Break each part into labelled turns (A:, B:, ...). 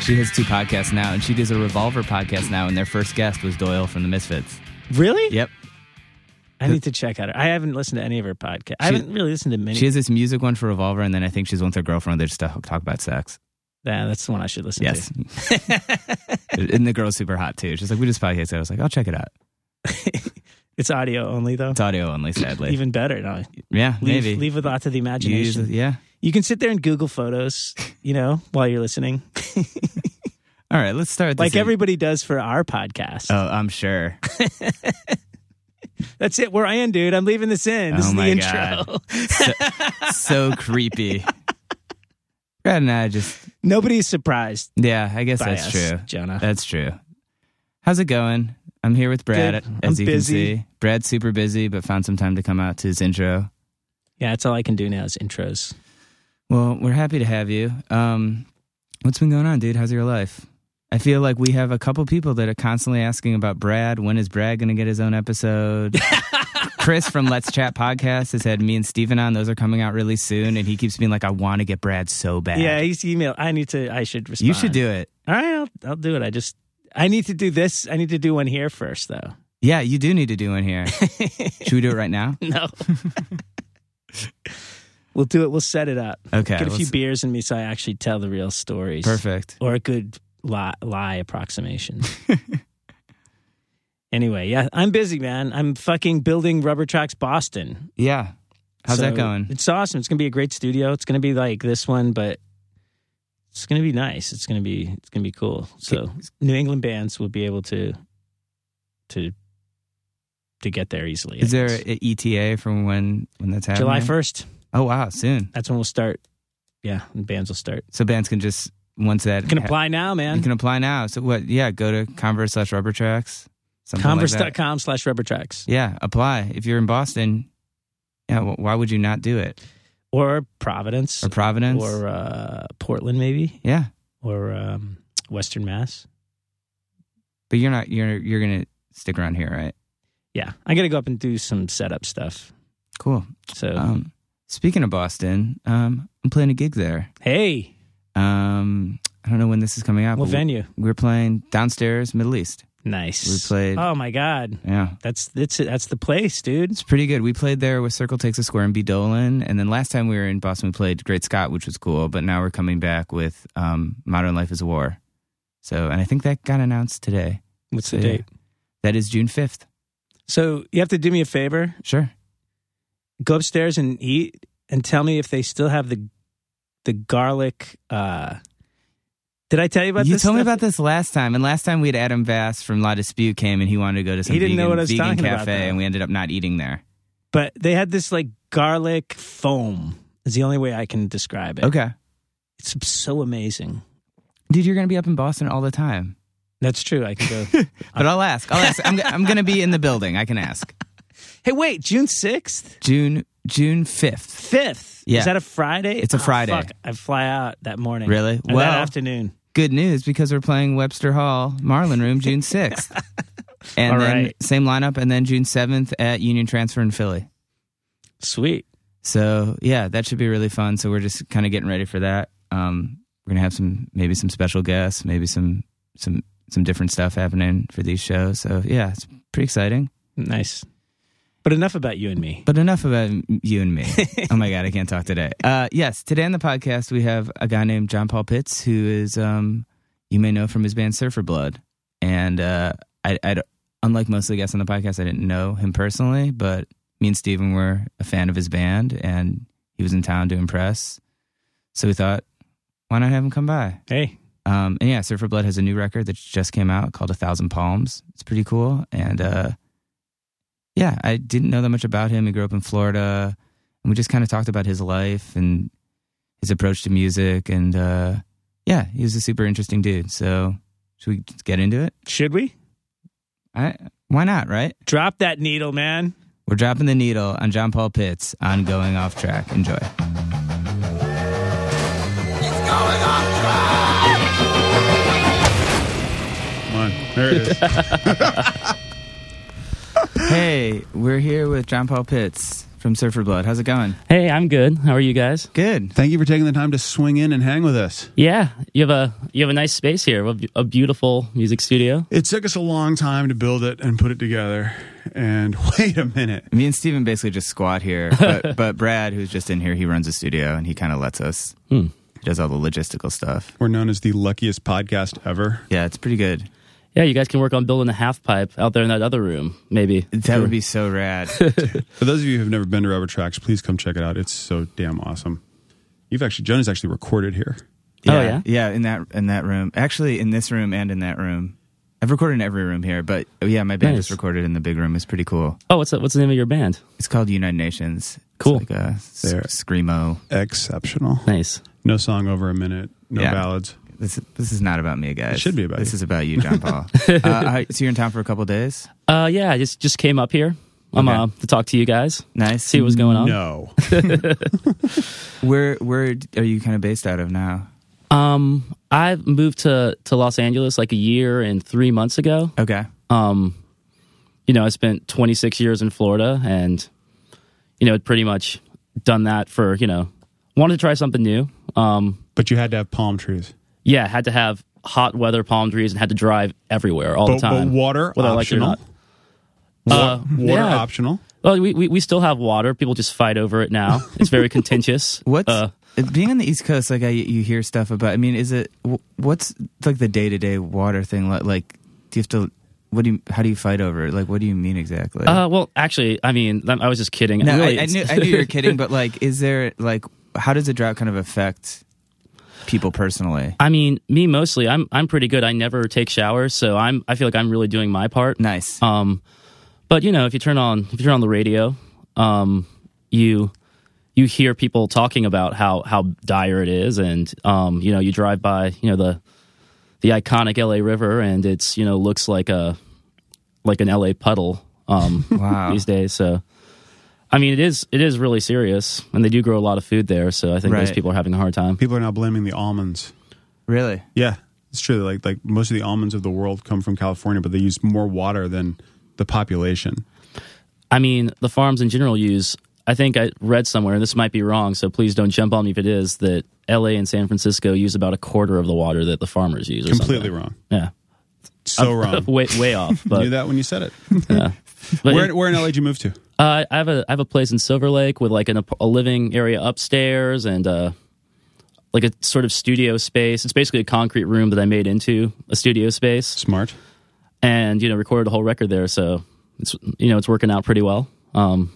A: She has two podcasts now, and she does a Revolver podcast now. And their first guest was Doyle from the Misfits.
B: Really?
A: Yep.
B: I need to check out her. I haven't listened to any of her podcasts. I
A: She-
B: haven't really listened to many.
A: She has this music one for Revolver, and then I think she's one with her girlfriend. They just talk talk about sex.
B: yeah, that's the one I should listen
A: Yes.
B: to.
A: and the girl's super hot too. She's like, we just podcast. I was like, I'll check it out.
B: It's audio only though.
A: It's audio only, sadly.
B: Even better. No,
A: yeah,
B: leave,
A: maybe.
B: leave with lots of the
A: Use-
B: imagination.
A: yeah.
B: You can sit there and Google photos, you know, while you're listening,
A: All right, let's start. This
B: like
A: in-
B: everybody does for our podcast.
A: Oh, I'm sure.
B: That's it. We're in, dude. I'm leaving this in. This
A: Oh
B: is the
A: my
B: intro.
A: God. so creepy. Brad and I just
B: Nobody's surprised.
A: yeah, I guess
B: By
A: that's
B: us,
A: true.
B: Jonah.
A: That's true. How's it going? I'm here with Brad,
B: Good.
A: as
B: I'm
A: you
B: busy.
A: can see. Brad's super busy, but found some time to come out to his intro.
B: Yeah, that's all I can do now is intros.
A: Well, we're happy to have you. Um, what's been going on, dude? How's your life? I feel like we have a couple people that are constantly asking about Brad. When is Brad going to get his own episode? Chris from Let's Chat podcast has had me and Steven on. Those are coming out really soon. And he keeps being like, I want to get Brad so bad.
B: Yeah, he's email. I need to. I should respond.
A: You should do it.
B: All right, I'll, I'll do it. I just. I need to do this. I need to do one here first, though.
A: Yeah, you do need to do one here. should we do it right now?
B: No. we'll do it. We'll set it up.
A: Okay.
B: Get a few
A: let's-
B: beers in me so I actually tell the real stories.
A: perfect.
B: Or a good lie, lie approximation. anyway, yeah, I'm busy, man. I'm fucking building Rubber Tracks Boston.
A: Yeah. How's that
B: So
A: going?
B: It's awesome. It's gonna be a great studio. It's gonna be like this one, but it's gonna be nice. It's gonna be it's gonna be cool. So New England bands will be able to to to get there easily. I
A: Is there
B: guess.
A: an ETA from when, when that's happening?
B: July first?
A: Oh, wow. Soon.
B: That's when we'll start. Yeah, the bands will start.
A: So bands can just, once that
B: You can
A: ha-
B: apply now,
A: You
B: man.
A: can apply now. So what? Yeah, go to Converse slash Rubber Tracks. something like that.
B: Converse.com slash rubber tracks.
A: Yeah, apply if you're in Boston. Yeah, wh- why would you not do it?
B: Or Providence.
A: Or Providence?
B: Or uh, Portland, maybe.
A: yeah,
B: Or um, Western Mass.
A: but you're not. You're you're gonna stick around here, right?
B: Yeah. I got to go up and do some setup stuff.
A: Cool.
B: So,
A: Um, speaking of Boston, um, I'm playing a gig there.
B: hey,
A: Um, I don't know when this is coming out.
B: what
A: but
B: venue?
A: We're playing downstairs, Middle East.
B: Nice.
A: We played-
B: Oh, my God.
A: Yeah.
B: That's, that's, that's the place, dude.
A: It's pretty good. We played there with Circle Takes a Square and B Dolan, and then last time we were in Boston, we played Great Scott, which was cool. But now we're coming back with um, Modern Life Is a War. So, and I think that got announced today.
B: What's
A: So,
B: the
A: yeah.
B: date?
A: That is June fifth.
B: So, you have to do me a favor
A: Sure.
B: go upstairs and eat and tell me if they still have the the garlic uh did I tell you about
A: you
B: this?
A: told me
B: stuff?
A: about this last time, and last time we had Adam Vass from La Dispute came, and he wanted to go to some
B: He didn't
A: vegan,
B: know what I was
A: vegan
B: talking about,
A: cafe,
B: though.
A: and we ended up not eating there.
B: but they had this like garlic foam. Is the only way I can describe it.
A: Okay,
B: It's so amazing.
A: dude, you're gonna be up in Boston all the time.
B: That's true. I can go.
A: But I'll ask. I'll ask. I'm, g- I'm gonna be in the building. I can ask.
B: hey, wait, June sixth,
A: June June fifth.
B: fifth.
A: Yeah.
B: Is that a Friday?
A: It's a
B: Oh,
A: Friday.
B: fuck, I fly out that morning.
A: Really?
B: Or
A: Well-
B: that afternoon.
A: good news because we're playing Webster Hall Marlin Room June 6th. and
B: All
A: then
B: right.
A: same lineup and then June 7th at Union Transfer in Philly.
B: Sweet.
A: So, yeah, that should be really fun. So we're just kind of getting ready for that. Um we're going to have some maybe some special guests, maybe some some some different stuff happening for these shows. So, yeah, it's pretty exciting.
B: Nice. But enough about you and me.
A: But enough about you and me. oh my god, I can't talk today. Uh yes, today on the podcast we have a guy named John Paul Pitts who is um you may know from his band Surfer Blood. And uh I I don't- unlike most of the guests on the podcast I didn't know him personally, but me and Steven were a fan of his band and he was in town to impress. So we thought why not have him come by?
B: Hey,
A: Um, and yeah, Surfer Blood has a new record that just came out called A Thousand Palms. It's pretty cool. And uh, yeah, I didn't know that much about him. He grew up in Florida. And we just kind of talked about his life and his approach to music. And uh, yeah, he was a super interesting dude. So should we just get into it?
B: should we
A: I, why not, right?
B: drop that needle, man?
A: We're dropping the needle on John Paul Pitts on Going Off Track. Enjoy.
C: Come on. There it is.
A: Hey, we're here with John Paul Pitts from Surfer Blood. How's it going?
B: Hey, I'm good. How are you guys?
A: Good.
C: Thank you for taking the time to swing in and hang with us.
B: Yeah, you have a you have a nice space here, a bu- a beautiful music studio.
C: It took us a long time to build it and put it together. And wait a minute.
A: Me and Steven basically just squat here, but, but Brad, who's just in here, he runs a studio and he kind of lets us.
B: Hmm.
A: He does all the logistical stuff.
C: We're known as the luckiest podcast ever.
A: Yeah, it's pretty good.
B: Yeah, you guys can work on building a half pipe out there in that other room, maybe.
A: That would be so rad.
B: Oh,
C: For those of you who've never been to Rubber Tracks, please come check it out. It's so damn awesome. You've actually, Jonah's actually recorded here.
B: Oh, yeah?
A: yeah. In that in that room, actually, in this room and in that room, I've recorded in every room here. But oh, yeah, my band
B: Nice.
A: just recorded in the big room. It's pretty cool.
B: Oh, what's the, what's the name of your band?
A: It's called United Nations. It's
B: Cool.
A: like a s-
C: There.
A: screamo.
C: Exceptional.
B: Nice.
C: No song over a minute, no
A: Yeah.
C: ballads.
A: This this is not about me, guys.
C: should be about
A: This
C: you.
A: is about you, John Paul. uh, how- so you're in town for a couple days.
B: Uh, yeah, I just just came up here. I'm
A: Okay.
B: uh, to talk to you guys,
A: Nice. Mm-hmm.
B: see what's going on.
C: No.
A: Where where d- are you kind of based out of now?
B: Um, I moved to to Los Angeles like a year and three months ago.
A: Okay.
B: um, you know, I spent 26 years in Florida and, you know, had pretty much done that for, you know, wanted to try something new. Um,
C: but you had to have palm trees.
B: yeah, had to have hot weather palm trees and had to drive everywhere all
C: But,
B: the time.
C: but water
B: whether I like it or
C: optional.
B: not.
C: Wa-
B: Uh,
C: water
B: yeah.
C: optional.
B: Well, we, we, we still have water. People just fight over it now. It's very contentious.
A: What's
B: Uh,
A: being on the East Coast? Like I, you hear stuff about. I mean, is it wh- what's like the day to day water thing? Like, like, do you have to? What do you? How do you fight over it? Like, what do you mean exactly?
B: uh, well, actually, I mean, I I was just kidding.
A: no,
B: Really,
A: I, I
B: it's-
A: knew I knew you were kidding, but like, is there like how does a drought kind of affect people personally?
B: I mean, me mostly. I'm I'm pretty good. I never take showers, so I'm I feel like I'm really doing my part.
A: Nice.
B: Um, but you know, if you turn on if you turn on the radio, um, you you hear people talking about how how dire it is, and um, you know, you drive by you know the the iconic LA River, and it's you know looks like a like an LA puddle um,
A: Wow.
B: these days. So, I mean, it is it is really serious, and they do grow a lot of food there. So I think those
A: Right.
B: people are having a hard time.
C: People are now blaming the almonds.
A: Really?
C: Yeah, it's true. Like like most of the almonds of the world come from California, but they use more water than the population.
B: I mean, the farms in general use. I think I read somewhere, and this might be wrong, so please don't jump on me if it is that L.A. and San Francisco use about a quarter of the water that the farmers use. Or
C: Completely
B: something.
C: wrong.
B: yeah,
C: So wrong.
B: way way off.
C: Knew
B: But,
C: that when you said it.
B: but
C: where, where in LA did you move to?
B: uh, I have a I have a place in Silver Lake with like an, ap- a living area upstairs and uh, like a sort of studio space. It's basically a concrete room that I made into a studio space,
C: Smart.
B: and you know recorded a whole record there. So it's you know it's working out pretty well. Um,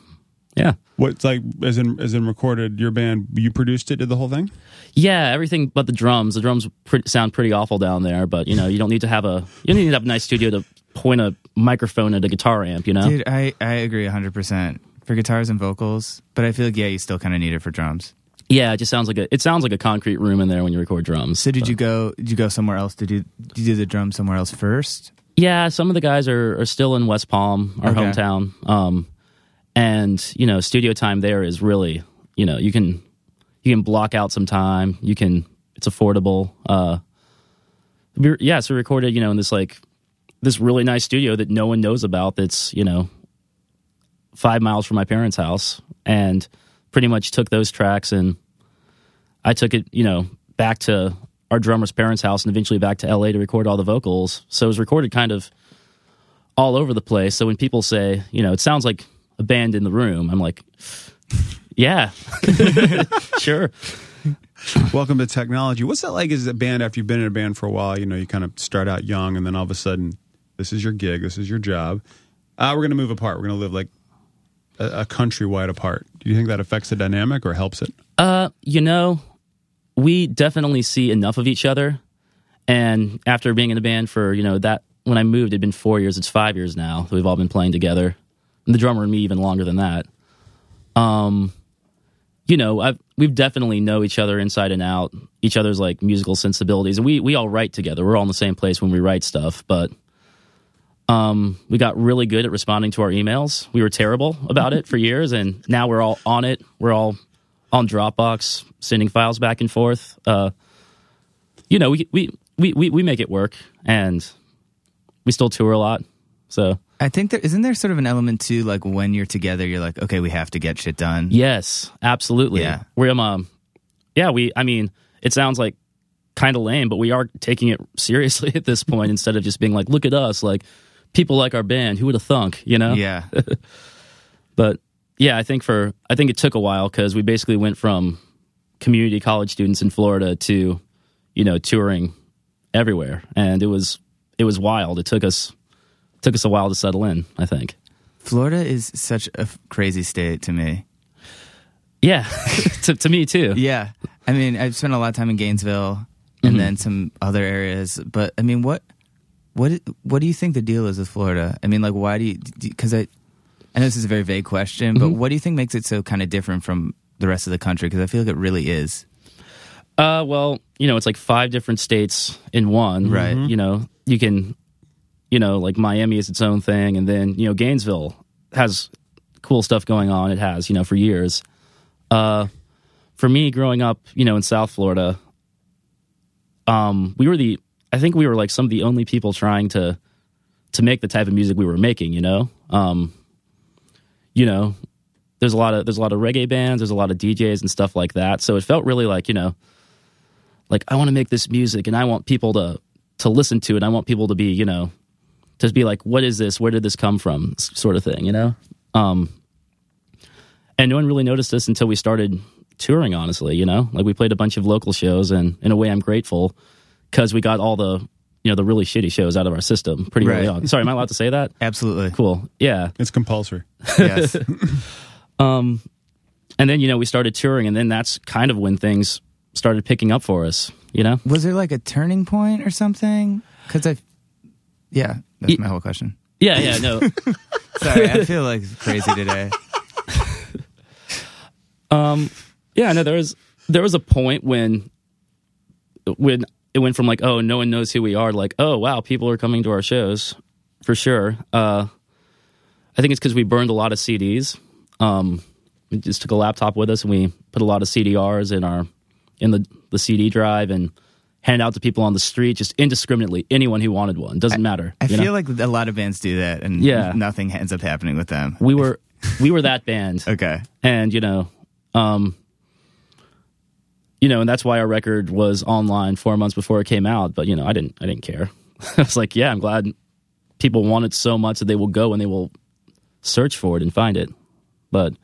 B: yeah.
C: What's like as in as in recorded your band? You produced it, did the whole thing.
B: Yeah, everything but the drums. The drums pre- sound pretty awful down there, but you know, you don't need to have a you don't need to have a nice studio to point a microphone at a guitar amp, you know?
A: Dude, I, I agree 100% for guitars and vocals, but I feel like, yeah, you still kind of need it for drums.
B: Yeah, it just sounds like a it sounds like a concrete room in there when you record drums.
A: So did you go, did you go somewhere else to do, did you do the drums somewhere else first?
B: Yeah, some of the guys are, are still in West Palm, our
A: Okay.
B: hometown. Um, and you know, studio time there is really you know you can you can block out some time. You can it's affordable. Uh, we, yeah, so we recorded you know in this like this really nice studio that no one knows about. That's you know five miles from my parents' house, and pretty much took those tracks and I took it you know back to our drummer's parents' house and eventually back to L.A. to record all the vocals. So it was recorded kind of all over the place. So when people say, you know, it sounds like a band in the room, I'm like, yeah, sure.
C: Welcome to technology. What's that like as a band after you've been in a band for a while? You know, you kind of start out young, and then all of a sudden, this is your gig, this is your job. Uh, we're gonna move apart. We're gonna live like a, a countrywide apart. Do you think that affects the dynamic or helps it?
B: Uh, you know, we definitely see enough of each other. And after being in the band for, you know, that when I moved, it'd been four years, it's five years now. that We've all been playing together. And the drummer and me even longer than that. Um, you know, I've we've definitely know each other inside and out, each other's like musical sensibilities. And we we all write together. We're all in the same place when we write stuff, but um, we got really good at responding to our emails. We were terrible about it for years, and now we're all on it. We're all on Dropbox, sending files back and forth. Uh, you know, we, we we we we make it work, and we still tour a lot. So
A: I think there isn't there sort of an element to like when you're together, you're like, okay, we have to get shit done.
B: yes, absolutely.
A: Yeah.
B: We're um, yeah. We I mean, it sounds like kind of lame, but we are taking it seriously at this point instead of just being like, look at us, like people like our band. Who would have thunk? You know?
A: Yeah.
B: but yeah i think for i think it took a while because we basically went from community college students in florida to you know touring everywhere and it was it was wild it took us took us a while to settle in i think
A: Florida is such a f- crazy state to me.
B: yeah to, to me too
A: Yeah. I mean, I've spent a lot of time in Gainesville and then some other areas, but I mean, what what what do you think the deal is with Florida? I mean, like why do you cuz I I know this is a very vague question, but what do you think makes it so kind of different from the rest of the country cuz I feel like it really is.
B: Uh, well, you know, it's like five different states in one.
A: Right. Mhm.
B: You know, you can, you know, like Miami is its own thing, and then you know Gainesville has cool stuff going on. It has, you know, for years. Uh, for me, growing up, you know, in South Florida, um, we were the, I think we were like some of the only people trying to, to make the type of music we were making. You know, um, you know. There's a lot of there's a lot of reggae bands, there's a lot of DJs and stuff like that. So it felt really like, you know, like I want to make this music and I want people to to listen to it. I want people to be, you know, to be like, what is this? Where did this come from? S- Sort of thing, you know. Um, and no one really noticed us until we started touring. Honestly, you know, like we played a bunch of local shows, and in a way, I'm grateful because we got all the you know the really shitty shows out of our system pretty early
A: Right.
B: on. Sorry, am I allowed to say that?
A: Absolutely.
B: Cool. Yeah.
C: It's compulsory.
A: Yes.
B: Um, and then you know we started touring, and then that's kind of when things started picking up for us. You know.
A: Was there like a turning point or something? Cuz I Yeah, that's
B: Ye-
A: my whole question.
B: Yeah. Yeah. No.
A: Sorry, I feel like crazy today.
B: Um, yeah, no, there was there was a point when when it went from like, oh, no one knows who we are, to like, oh, wow, people are coming to our shows for sure. Uh, I think it's because we burned a lot of CDs. Um, we just took a laptop with us and we put a lot of CDRs in our in the the CD drive and handed out to people on the street just indiscriminately. Anyone who wanted one doesn't matter.
A: I
B: you
A: feel
B: know?
A: like a lot of bands do that and
B: Yeah.
A: nothing ends up happening with them.
B: we were we were that band.
A: Okay.
B: and you know um you know and that's why our record was online four months before it came out but you know i didn't i didn't care i was like yeah i'm glad people want it so much that they will go and they will search for it and find it but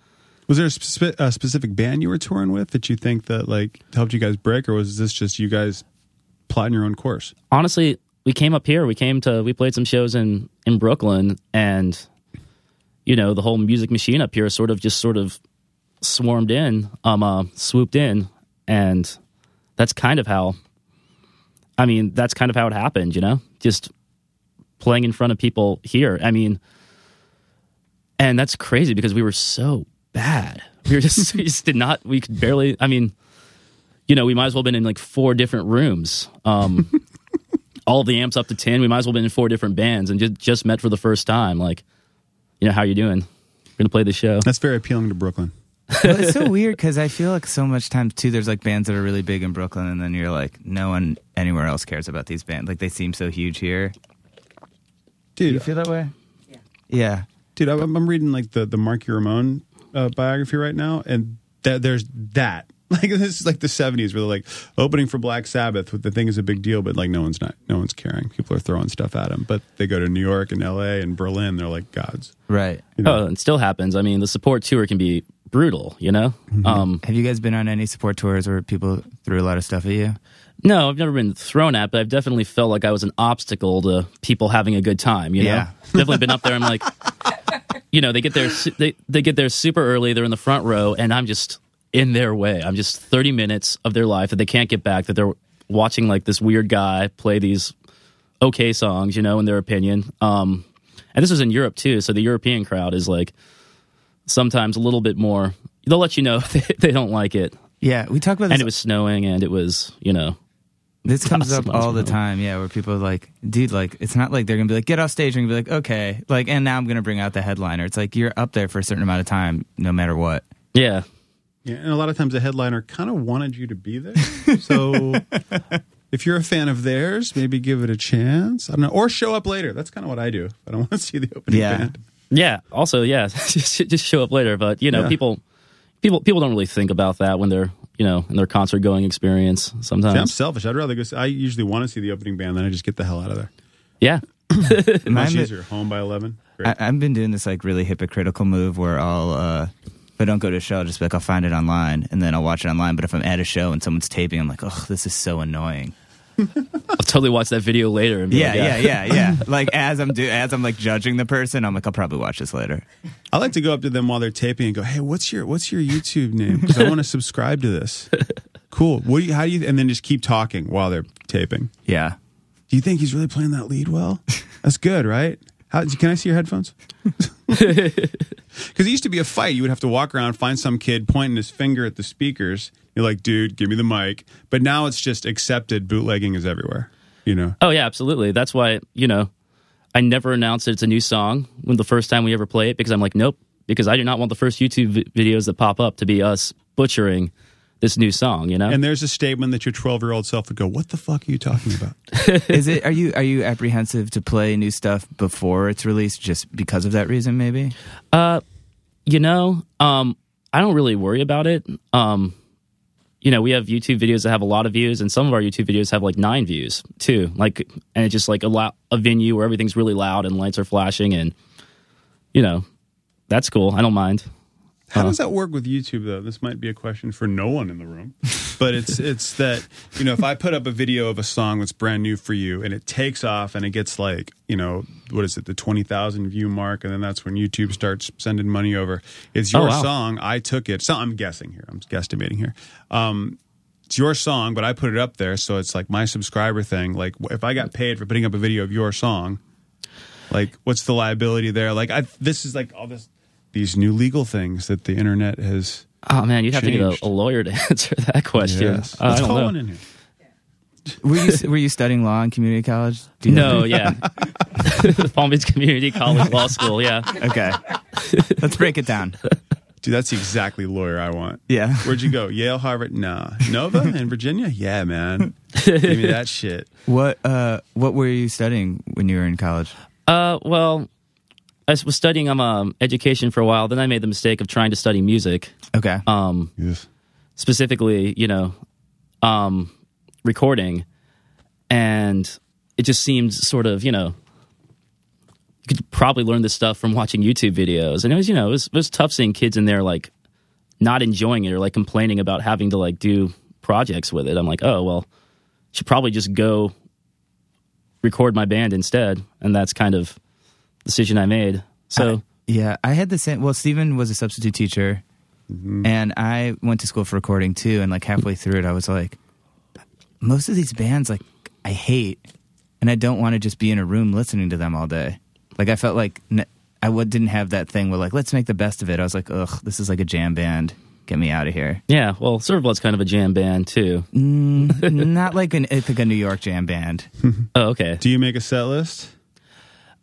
C: Was there a, spe- a specific band you were touring with that you think that like helped you guys break, or was this just you guys plotting your own course?
B: honestly we came up here we came to we played some shows in in brooklyn and you know the whole music machine up here sort of just sort of swarmed in um uh, swooped in and that's kind of how i mean that's kind of how it happened you know just playing in front of people here i mean and that's crazy because we were so bad we were just we just did not we could barely i mean you know we might as well been in like four different rooms um all the amps up to 10 we might as well been in four different bands and just just met for the first time like you know how you doing we're gonna play the show
C: That's very appealing to Brooklyn.
A: well, it's so weird because I feel like so much times too. There's like bands that are really big in Brooklyn, and then you're like, no one anywhere else cares about these bands. Like they seem so huge here. Do you
C: Dude,
A: feel that way? Yeah.
C: dude, I'm, I'm reading like the the Marky Ramone uh, biography right now, and th- there's that. Like this is like the '70s, where they're like opening for Black Sabbath. The thing is a big deal, but like no one's not, no one's caring. People are throwing stuff at them, but they go to New York and L.A. and Berlin. They're like gods.
A: Right.
C: You know?
B: Oh, it still happens. I mean, the support tour can be brutal, you know?
C: Mm-hmm.
B: Um,
A: Have you guys been on any support tours where people threw a lot of stuff at you?
B: no, I've never been thrown at, but I've definitely felt like I was an obstacle to people having a good time, you know?
A: Yeah.
B: definitely been up there. I'm like, you know, they get there, su- they, they get there super early. They're in the front row, and I'm just in their way. I'm just 30 minutes of their life that they can't get back, that they're watching like this weird guy play these okay songs, you know, in their opinion. Um, and this was in Europe too, so the European crowd is like sometimes a little bit more. They'll let you know if they, they don't like it.
A: Yeah, we talk about this.
B: And it was snowing, and it was, you know,
A: this comes up
B: Awesome,
A: all the
B: awesome.
A: time. Yeah, where people are like, dude, like it's not like they're gonna be like, get off stage and be like, okay, like, and now I'm gonna bring out the headliner. It's like you're up there for a certain amount of time, no matter what.
B: yeah.
C: Yeah, and a lot of times the headliner kind of wanted you to be there, so if you're a fan of theirs, maybe give it a chance. I don't know, or show up later. That's kind of what I do. But I want to see the opening
A: Yeah.
C: band.
B: Yeah. Also, yeah, just just show up later. But you know,
C: Yeah.
B: people people people don't really think about that when they're you know in their concert going experience.
C: See, I'm
B: Sometimes,
C: selfish. I'd rather go. See, I usually want to see the opening band, then I just get the hell out of there.
B: yeah,
C: Much
A: Mine-
C: easier. Home by eleven. Great.
A: I, I've been doing this like really hypocritical move where I'll, uh, if I don't go to a show, I'll just be like, I'll find it online and then I'll watch it online. But if I'm at a show and someone's taping, I'm like, oh, this is so annoying.
B: I'll totally watch that video later. And be
A: Yeah,
B: like,
A: yeah, yeah, yeah. like as I'm do, as I'm like judging the person, I'm like, I'll probably watch this later.
C: I like to go up to them while they're taping and go, "Hey, what's your what's your YouTube name? Because I want to subscribe to this." Cool. What do you? How do you? And then just keep talking while they're taping.
A: Yeah.
C: Do you think he's really playing that lead well? That's good, right? How, can I see your headphones? Because it used to be a fight. You would have to walk around, find some kid pointing his finger at the speakers. You're like, dude, give me the mic. But now it's just accepted. Bootlegging is everywhere. You know,
B: Oh yeah, absolutely. That's why you know I never announce that it's a new song when the first time we ever play it because I'm like, nope, because I do not want the first YouTube vi- videos that pop up to be us butchering this new song. You know,
C: and there's a statement that your 12 year old self would go, "What the fuck are you talking about?"
A: Is it? Are you are you apprehensive to play new stuff before it's released, just because of that reason? Maybe.
B: you know, um, I don't really worry about it. Um, you know, we have YouTube videos that have a lot of views, and some of our YouTube videos have like nine views too. Like, and it's just like a lo- a venue where everything's really loud and lights are flashing, and you know, that's cool. I don't mind.
C: How does that work with YouTube though? This might be a question for no one in the room, but it's it's that you know if I put up a video of a song that's brand new for you and it takes off and it gets like you know what is it the twenty thousand view mark and then that's when YouTube starts sending money over. It's your
B: Oh, wow.
C: song. I took it. So I'm guessing here. I'm guesstimating here. Um, it's your song, but I put it up there, so it's like my subscriber thing. Like if I got paid for putting up a video of your song, like what's the liability there? Like I this is like all this these new legal things that the internet has
B: Oh man, you'd have to
C: Changed.
B: get a, a lawyer to answer that question. Uh, I
C: Let's
B: don't
C: call
B: know.
C: one in here.
A: Were you were you studying law in community college? Do you
B: No, yeah. Palm Beach Community College Law School, yeah.
A: Okay. Let's break it down.
C: Dude, that's exactly lawyer I want.
A: Yeah.
C: Where'd you go? Yale, Harvard? Nah. Nova in Virginia? Yeah, man. Give me that shit.
A: What uh what were you studying when you were in college?
B: Uh, well, I was studying um, um, education for a while. Then I made the mistake of trying to study music,
A: Okay.
B: um, specifically, you know, um, recording. And it just seemed sort of, you know, you could probably learn this stuff from watching YouTube videos. And it was, you know, it was, it was tough seeing kids in there like not enjoying it or like complaining about having to like do projects with it. I'm like, oh, well, should probably just go record my band instead. And that's kind of the decision I made. So,
A: Yeah, I had the same. Well, Steven was a substitute teacher,
B: Mm-hmm.
A: and I went to school for recording too. And like halfway through it, I was like, most of these bands, like, I hate, and I don't want to just be in a room listening to them all day. Like, I felt like n- I w- didn't have that thing where like, let's make the best of it. I was like, ugh, this is like a jam band. Get me out of here.
B: yeah, well, Silver Blood's kind of a jam band too.
A: Not like an Ithaca, New York jam band.
B: Oh, okay.
C: Do you make a set list?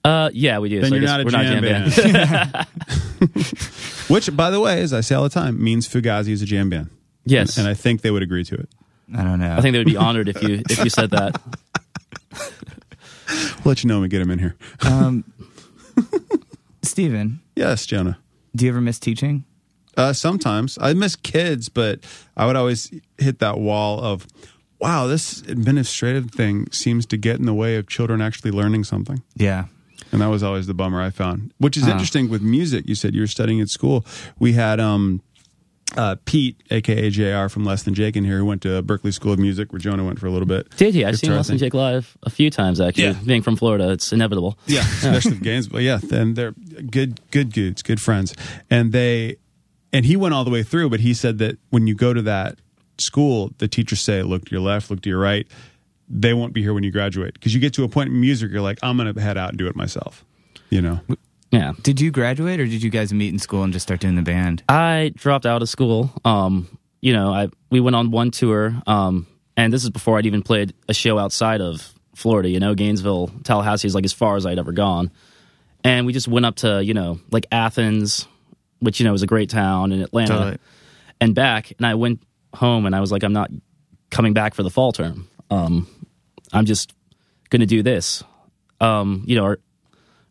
B: Uh, yeah, we do.
C: Then
B: So I
C: you're
B: guess
C: not a
B: we're
C: jam,
B: not a jam band.
C: band. Which, by the way, as I say all the time, means Fugazi is a jam band.
B: yes.
C: And
B: And,
C: I think they would agree to it.
A: I don't know.
B: I, think they would be honored if you if you said that.
C: We'll let you know when we get him in here.
A: um, Steven,
C: yes, Jonah.
A: do you ever miss teaching?
C: Uh, sometimes I miss kids, but I would always hit that wall of, wow, this administrative thing seems to get in the way of children actually learning something.
A: Yeah.
C: And that was always the bummer I found, which is interesting with music. You said you were studying at school. We had um, uh, Pete, aka JR from Less Than Jake, in here, who went to Berkeley School of Music, where Jonah went for a little bit.
B: Did he? I've seen
C: Guitar
B: Lesson
C: thing.
B: Jake live a few times actually.
C: Yeah.
B: Being from Florida, it's inevitable.
C: Yeah, especially with Gainesville. Yeah, and they're good, good dudes, good friends. And they, and he went all the way through, but he said that when you go to that school, the teachers say, "Look to your left, look to your right." They won't be here when you graduate because you get to a point in music, you're like, "I'm gonna head out and do it myself," you know.
B: Yeah.
A: Did you graduate or did you guys meet in school and just start doing the band?
B: I dropped out of school. Um, you know, I we went on one tour, um, and this is before I'd even played a show outside of Florida. You know, Gainesville, Tallahassee is like as far as I'd ever gone, and we just went up to you know like Athens, which you know is a great town, and Atlanta,
A: Totally.
B: and back. And I went home, and I was like, I'm not coming back for the fall term. Um, I'm just going to do this. Um, you know, our,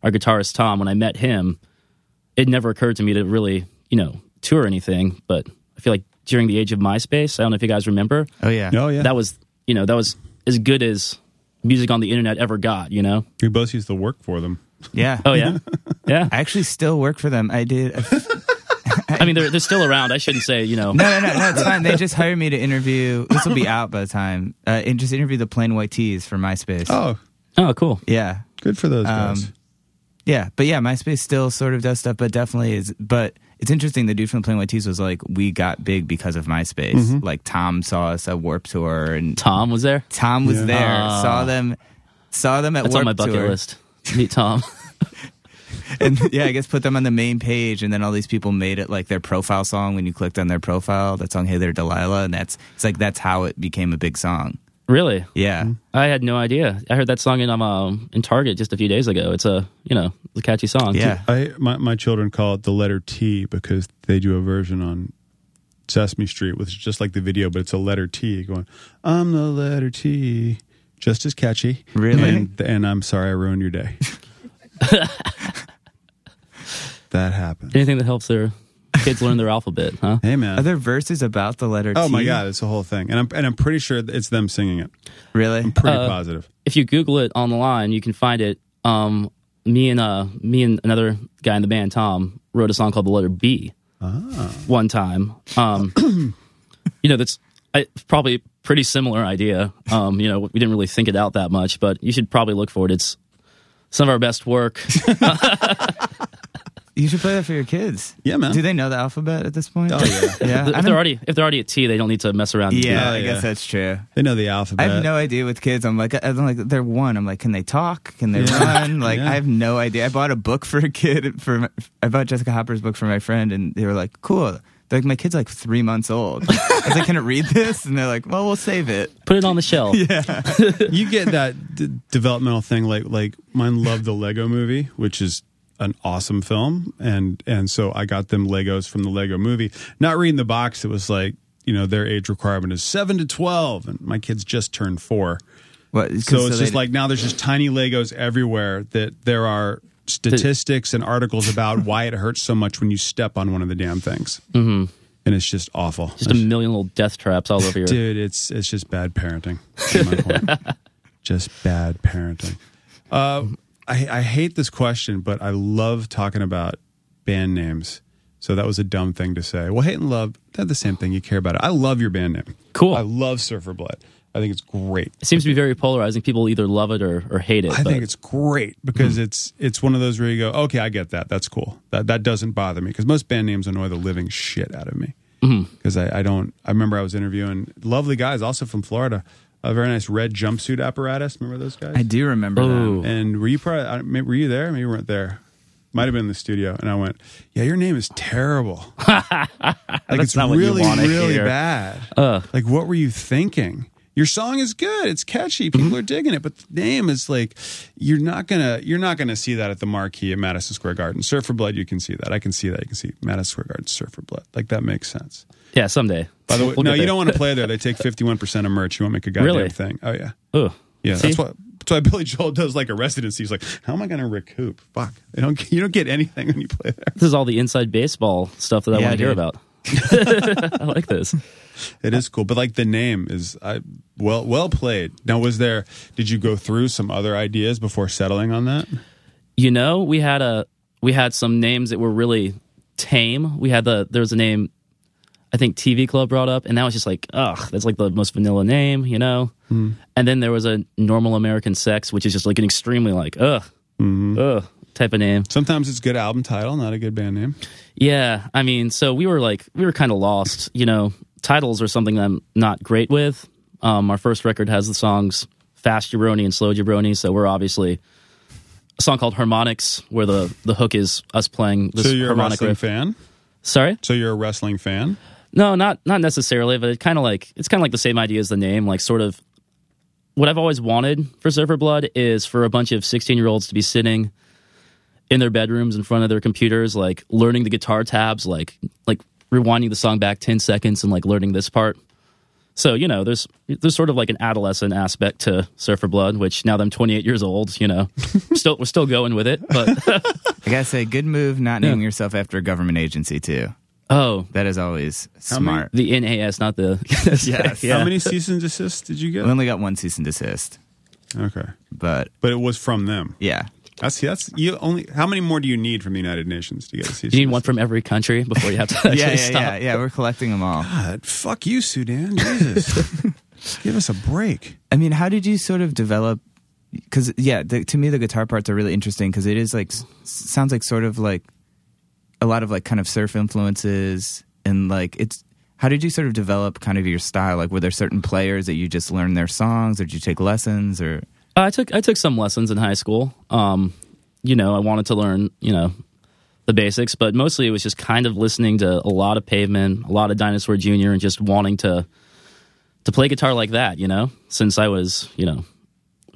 B: our guitarist Tom, when I met him, it never occurred to me to really, you know, tour anything. But I feel like during the age of MySpace, I don't know if you guys remember,
A: Oh yeah.
C: Oh yeah,
B: that was, you know, that was as good as music on the internet ever got, you know?
C: we both used to work for them.
A: Yeah.
B: Oh, yeah. yeah.
A: I actually still work for them. I did.
B: I mean, they're, they're still around. I shouldn't say, you know.
A: no, no, no, no. It's fine. They just hired me to interview. This will be out by the time. Uh, and just interview the plain white tees for MySpace.
C: Oh,
B: Oh, cool.
A: Yeah.
C: good for those
A: Um,
C: guys.
A: Yeah, but yeah, MySpace still sort of does stuff, but definitely is. But it's interesting. The dude from the Plain White Tees was like, "We got big because of MySpace."
B: Mm-hmm.
A: Like Tom saw us at Warp Tour, and
B: Tom was there.
A: Tom was
C: Yeah.
A: there,
B: Ah.
A: saw them, saw them at
B: That's
A: Warp
B: on my bucket
A: Tour,
B: list. Meet Tom.
A: and yeah, I guess put them on the main page, and then all these people made it like their profile song. When you clicked on their profile, that song "Hey There Delilah," and that's it's like that's how it became a big song.
B: really?
A: Yeah,
C: Mm-hmm.
B: I had no idea. I heard that song in um, um in Target just a few days ago. It's a you know a catchy song.
A: yeah.
C: I my, my children call it the letter T because they do a version on Sesame Street, which is just like the video, but it's a letter T going. I'm the letter T, just as catchy.
A: Really?
C: And, and I'm sorry I ruined your day. that happened.
B: Anything that helps their kids learn their alphabet, huh?
C: Hey
A: Are
C: man.
A: there verses about the letter?
C: uh, oh
A: T?
C: my god, it's a whole thing, and I'm and I'm pretty sure it's them singing it.
A: Really?
C: Pretty
B: Uh,
C: positive.
B: If you Google it online, you can find it. Um, me and uh me and another guy in the band, Tom, wrote a song called the letter B.
C: Ah.
B: One time, um, you know that's I, probably a pretty similar idea. Um, you know, we didn't really think it out that much, but you should probably look for it. It's some of our best work.
A: You should play that for your kids.
C: Yeah, man.
A: Do they know the alphabet at this point?
C: Oh, yeah.
A: yeah.
B: if
A: I
B: they're
A: don't-
B: already if they're already at T, they don't need to mess around. and do
A: Yeah, I
C: Yeah, Oh, yeah.
A: guess that's true.
C: They know the alphabet.
A: I have no idea with kids. I'm like, I'm like, they're one. I'm like, can they talk? Can they run? Like,
C: Yeah.
A: I have no idea. I bought a book for a kid. For my, I bought Jessica Hopper's book for my friend, and they were like, cool. They're like, my kid's like three months old. I was like, can it read this? And they're like, well, we'll save it.
B: Put it on the shelf.
C: you get that d- developmental thing like like mine loved the lego movie which is an awesome film and and so i got them legos from the lego movie not reading the box it was like you know their age requirement is 7 to 12 and my kids just turned 4
A: What,
C: so it's
A: they-
C: just like now there's just tiny legos everywhere that there are statistics and articles about why it hurts so much when you step on one of the damn things mm-hmm. and it's just awful
B: Just a million little death traps all over your.
C: Dude, it's it's just bad parenting. is my point. just bad parenting. Uh, I I hate this question, but I love talking about band names. So that was a dumb thing to say. Well, hate and love, they're the same thing. You care about it. I love your band name.
B: Cool.
C: I love Surfer Blood. I think it's great.
B: It seems to be very polarizing. People either love it or, or hate it.
C: I
B: but Hmm.
C: think it's great because it's it's one of those where you go, okay, I get that. That's cool. That that doesn't bother me because most band names annoy the living shit out of me.
B: Mm-hmm.
C: Because I, I don't. I remember I was interviewing lovely guys, also from Florida, a very nice red jumpsuit apparatus. Remember those guys?
A: I do remember
B: Ooh.
C: And were you probably I- maybe- were you there? Maybe you weren't there. Might have been in the studio. And I went, yeah, your name is terrible. like it's
B: not what you
C: really
B: wanna
C: really
B: hear.
C: bad. Like what were you thinking? Your song is good. It's catchy.
B: Mm-hmm.
C: People are digging it, but the name is like you're not gonna you're not gonna see that at the marquee at Madison Square Garden. Surf for Blood, you can see that. I can see that. You can see Madison Square Garden, Surf for Blood. Like that makes sense.
B: yeah, someday.
C: By the way,
B: We'll
C: no,
B: get
C: you
B: there.
C: don't want to play there. They take fifty one percent of merch. You won't make a goddamn
B: Really?
C: thing. Oh yeah.
B: Ooh.
C: Yeah,
B: See?
C: that's why. That's why Billy Joel does like a residency. He's like, "How am I going to recoup? Fuck, they don't. get- You don't get anything when you play there.
B: This is all the inside baseball stuff that I
A: Yeah,
B: want to hear
A: dude.
B: about. I like this.
C: It is cool, but like the name is, I well, well played. Now, was there? Did you go through some other ideas before settling on that?
B: You know, we had a we had some names that were really tame. We had the there was a name I think TV Club brought up, and that was just like, ugh, that's like the most vanilla name, you know.
A: Hmm.
B: And then there was a normal American sex, which is just like an extremely like, ugh,
A: Mm-hmm.
B: ugh type of name.
C: Sometimes it's good album title, not a good band name.
B: Yeah, I mean, so we were like, we were kind of lost. You know, titles are something I'm not great with. Um, our first record has the songs "Fast Jabroni" and "Slow Jabroni," so we're obviously a song called "Harmonics," where the the hook is us playing this
C: so you're a
B: harmonic
C: wrestling
B: riff.
C: fan.
B: Sorry,
C: So you're a wrestling fan.
B: no, not not necessarily, but it kind of like it's kind of like the same idea as the name, like sort of. What I've always wanted for Surfer Blood is for a bunch of 16 year olds to be sitting in their bedrooms in front of their computers, like learning the guitar tabs, like like rewinding the song back 10 seconds and like learning this part. So you know, there's there's sort of like an adolescent aspect to Surfer Blood, which now that I'm 28 years old, you know, still we're still going with it. But
A: I gotta say, good move not naming yourself after a government agency too.
B: oh,
A: That is always
C: many-
A: smart.
B: the NAS, not the
A: Yes.
B: yeah.
C: How many cease and desists did you
A: We
C: get?
A: only got one cease and desist,
C: Okay,
A: but
C: but it was from them.
A: yeah,
C: That's that's you only. How many more do you need from the United Nations to get a cease?
B: You need one from every country before you have to actually
A: yeah, yeah,
B: stop.
A: yeah, yeah. We're collecting them all.
C: God, fuck you, Sudan. Jesus, give us a break.
A: I mean, how did you sort of develop? Because yeah, the, to me the guitar parts are really interesting because it is like s- sounds like sort of like a lot of like kind of surf influences and like it's. How did you sort of develop kind of your style? Like, were there certain players that you just learned their songs, or did you take lessons, or
B: I took I took some lessons in high school. Um, you know, I wanted to learn, you know, the basics, but mostly it was just kind of listening to a lot of Pavement, a lot of Dinosaur Jr., and just wanting to to play guitar like that. You know, since I was you know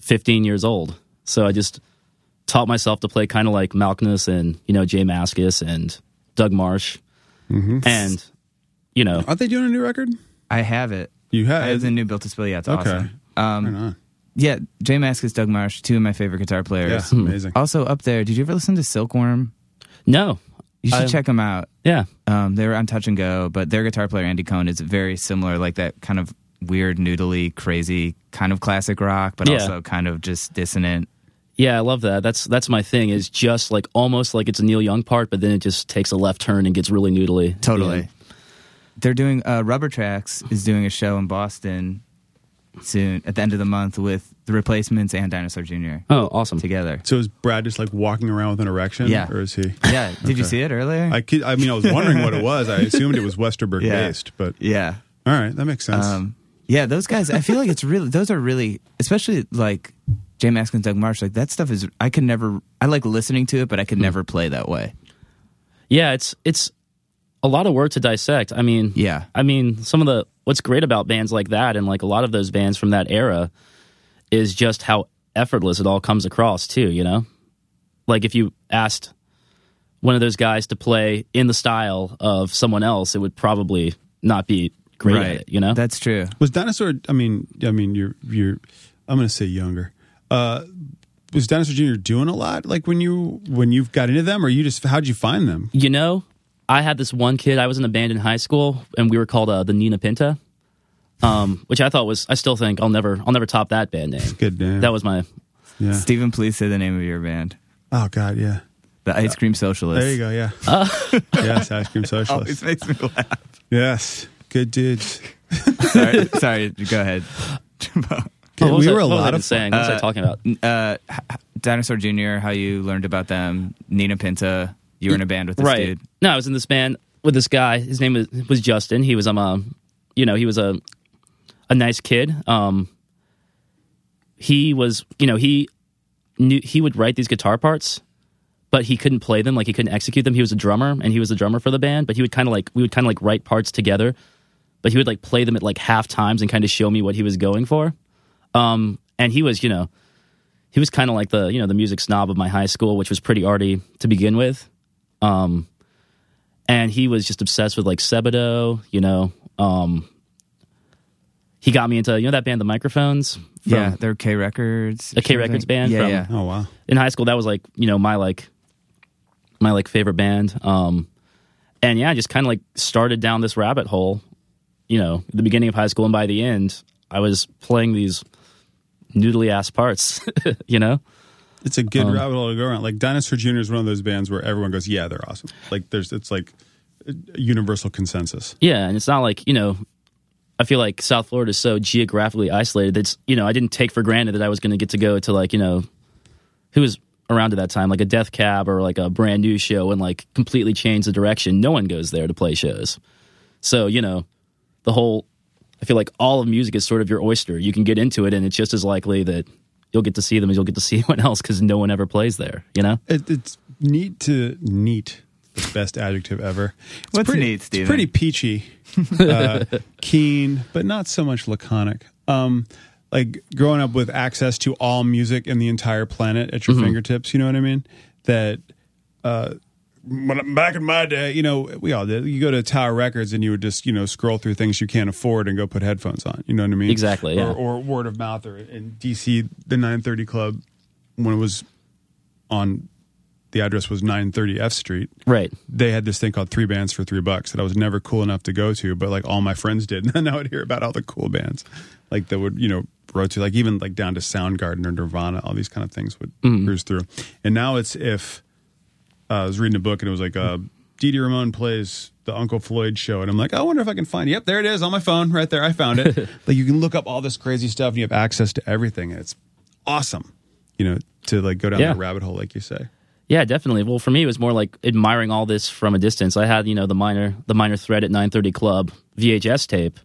B: 15 years old, so I just taught myself to play kind of like Malkmus and you know Jay Maskus and Doug Marsh,
A: Mm-hmm.
B: and you know
C: Aren't they doing a new record?
A: I have it.
C: You
A: I have
C: have.
A: the new built to spill. Yeah, it's
C: Okay.
A: awesome. Um,
C: Right on.
A: yeah, Jay Maskus, Doug Marsh, two of my favorite guitar
C: Yeah,
A: players.
C: amazing.
A: Also up there, did you ever listen to Silkworm?
B: no,
A: You should
B: I-
A: check them out.
B: yeah,
A: Um, they were on Touch and Go, but their guitar player Andy Cohn is very similar, like that kind of weird, noodly, crazy kind of classic rock, but
B: Yeah.
A: also kind of just dissonant.
B: Yeah, I love that. That's that's my thing. Is just like almost like it's a Neil Young part, but then it just takes a left turn and gets really noodly. at the
A: Totally.
B: end.
A: They're doing uh, Rubber Tracks is doing a show in Boston soon at the end of the month with the Replacements and Dinosaur Jr.
B: Oh, awesome.
A: together.
C: So is Brad just like walking around with an erection?
A: Yeah.
C: Or is he?
A: Yeah, did you see it earlier?
C: I, kid- I mean, I was wondering what it was. I assumed it was Westerberg
A: Yeah.
C: based, but
A: yeah.
C: all right, that makes sense.
A: Um, yeah, those guys. I feel like it's really those are really, especially like Jay Mask and Doug Marsh. Like that stuff is. I could never. I like listening to it, but I could never play that way.
B: Yeah, it's it's a lot of work to dissect. I mean,
A: Yeah.
B: I mean, some of the what's great about bands like that and like a lot of those bands from that era is just how effortless it all comes across too, you know? Like if you asked one of those guys to play in the style of someone else, it would probably not be great at it, you know?
A: That's true.
C: was Dinosaur? I mean, I mean, you're you're. I'm going to say younger. Uh, was Dinosaur Jr. doing a lot? Like when you when you've got into them, or you just how'd you find them?
B: You know, I had this one kid. I was in a band in high school, and we were called uh, the Nina Pinta, um, which I thought was. I still think I'll never, I'll never top that band name.
C: Good damn.
B: That was my.
C: yeah.
A: Stephen, please say the name of your band,
C: Oh God, yeah.
A: the Ice Cream Socialists.
C: There you go. Yeah. yes, ice cream
A: Always
C: socialist.
A: makes me laugh.
C: Yes, good dudes.
A: sorry, sorry. Go ahead.
B: what was
C: we
B: I-
C: were a
B: what was I
C: lot
B: even
C: of
B: saying. What was I
A: Uh,
B: talking about?
A: Uh, H- H- Dinosaur Jr. How you learned about them? Nina Pinta. You were in a band with this
B: right.
A: dude.
B: No, I was in this band with this guy. His name was, was Justin. He was um, a, you know, he was a, a nice kid. Um, he was, you know, he knew he would write these guitar parts, but he couldn't play them. Like he couldn't execute them. He was a drummer, and he was a drummer for the band. But he would kind of like we would kind of like write parts together, but he would like play them at like half times and kind of show me what he was going for. Um, and he was, you know, he was kind of like the you know the music snob of my high school, which was pretty arty to begin with um, and he was just obsessed with like Sebado, you know. Um, he got me into you know that band, the Microphones. From,
A: Yeah, they're K Records. or
B: A K Records
A: something.
B: band
A: Yeah,
B: from-
A: yeah.
C: Oh wow.
B: in high school, that was like you know my like my like favorite band. Um, and yeah, I just kind of like started down this rabbit hole, you know, at the beginning of high school, and by the end, I was playing these noodly ass parts, you know.
C: It's a good rabbit hole to go around. Like Dinosaur Jr. is one of those bands where everyone goes, "Yeah, they're awesome." Like there's, it's like a universal consensus.
B: Yeah, and it's not like you know. I feel like South Florida is so geographically isolated that it's- you know I didn't take for granted that I was going to get to go to like you know, who was around at that time like a Death Cab or like a brand new show and like completely change the direction. No one goes there to play shows, so you know, the whole. I feel like all of music is sort of your oyster. You can get into it, and it's just as likely that you'll get to see them as you'll get to see anyone else because no one ever plays there. You know?
C: It, it's neat to neat. The best adjective ever. It's
A: What's
C: pretty,
A: neat, Steven?
C: It's pretty peachy, uh, keen, but not so much laconic. Um, like growing up with access to
A: Mm-hmm.
C: all music in the entire planet at your fingertips. You know what I mean? That uh, when- back in my day, you know, we all did. You go to Tower Records and you would just, you know, scroll through things you can't afford and go put headphones on. You know what I mean?
B: Exactly, yeah.
C: Or, or word of mouth, or in DC, the 930 Club, when it was on, the address was 930 F Street.
B: Right.
C: They had this thing called Three Bands for Three Bucks that I was never cool enough to go to, but like all my friends did. And I would hear about all the cool bands, like that would, you know, rotate, like even like down to Soundgarden or Nirvana, all these kind of things would cruise through. And now it's if uh, I was reading a book and it was like uh, Didi Ramon plays the Uncle Floyd show, and I'm like, I wonder if I can find. Yep, there it is on my phone, right there. I found it. like you can look up all this crazy stuff, and you have access to everything, and it's awesome. You know, to like go down
B: Yeah.
C: that rabbit hole, like you say.
B: Yeah, definitely. Well, for me, it was more like admiring all this from a distance. I had, you know, the minor the minor thread at 9:30 Club VHS tape,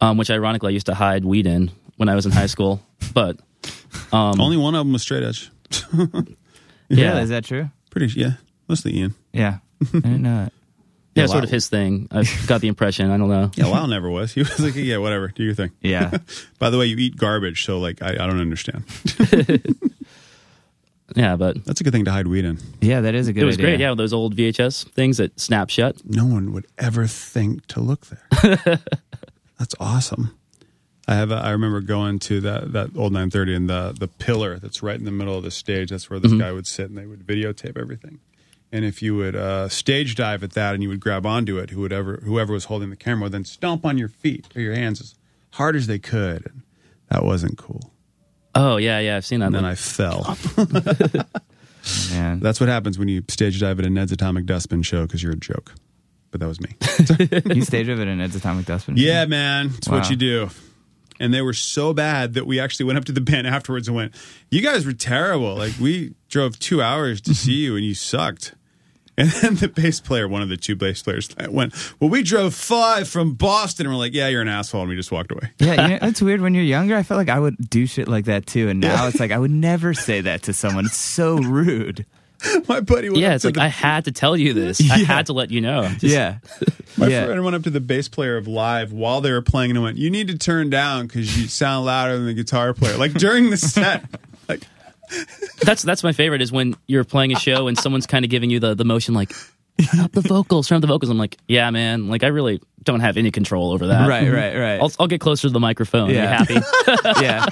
B: um, which ironically I used to hide weed in when I was in high school. But
C: Only one of them was straight edge.
A: Yeah,
B: yeah,
A: is that true?
C: Pretty, yeah, mostly Ian.
A: Yeah, I didn't know it.
B: yeah,
C: Yeah,
B: sort
C: wow.
B: of his thing. I got the impression. I don't know.
C: Yeah, Lyle never was. He was like, yeah, whatever, do your thing.
A: Yeah,
C: By the way, you eat garbage, so like, I, I don't understand.
B: Yeah, but
C: That's a good thing to hide weed in.
A: yeah, that is a good.
B: it was
A: idea.
B: great. Yeah, those old VHS things that snap shut.
C: no one would ever think to look there. that's awesome. I have. A, I remember going to that that old 930 and the the pillar that's right in the middle of the stage. That's where this guy would sit, and they would videotape everything. And if you would uh, stage dive at that, and you would grab onto it, whoever whoever was holding the camera would then stomp on your feet or your hands as hard as they could. And that wasn't cool.
B: Oh yeah, yeah, I've seen that.
C: And then
B: one.
C: I fell.
A: man.
C: That's what happens when you stage dive at a Ned's Atomic Dustbin show because you're a joke. But that was me.
A: you stage of it in Ed's Atomic Dustbin.
C: Yeah, man. It's what
A: Wow.
C: you do. And they were so bad that we actually went up to the band afterwards and went, You guys were terrible. Like, we drove two hours to see you and you sucked. And then the bass player, one of the two bass players, went, Well, we drove five from Boston. And we're like, Yeah, you're an asshole. And we just walked away.
A: yeah. You know, it's weird when you're younger. I felt like I would do shit like that too, and now it's like I would never say that to someone. It's so rude.
C: My buddy went
B: yeah,
C: up
B: it's
C: to
B: like
C: the
B: I had to tell you this. I had to let you know. Just-
A: yeah,
C: My
A: yeah.
C: friend went up to the bass player of live while they were playing and went, "You need to turn down because you sound louder than the guitar player." Like during the set, like
B: That's that's my favorite is when you're playing a show and someone's kind of giving you the, the motion like turn up the vocals, turn up the vocals. I'm like, yeah, man, like I really don't have any control over that.
A: Right, right, right.
B: I'll, I'll get closer to the microphone.
A: Yeah.
B: Are you happy?
A: yeah.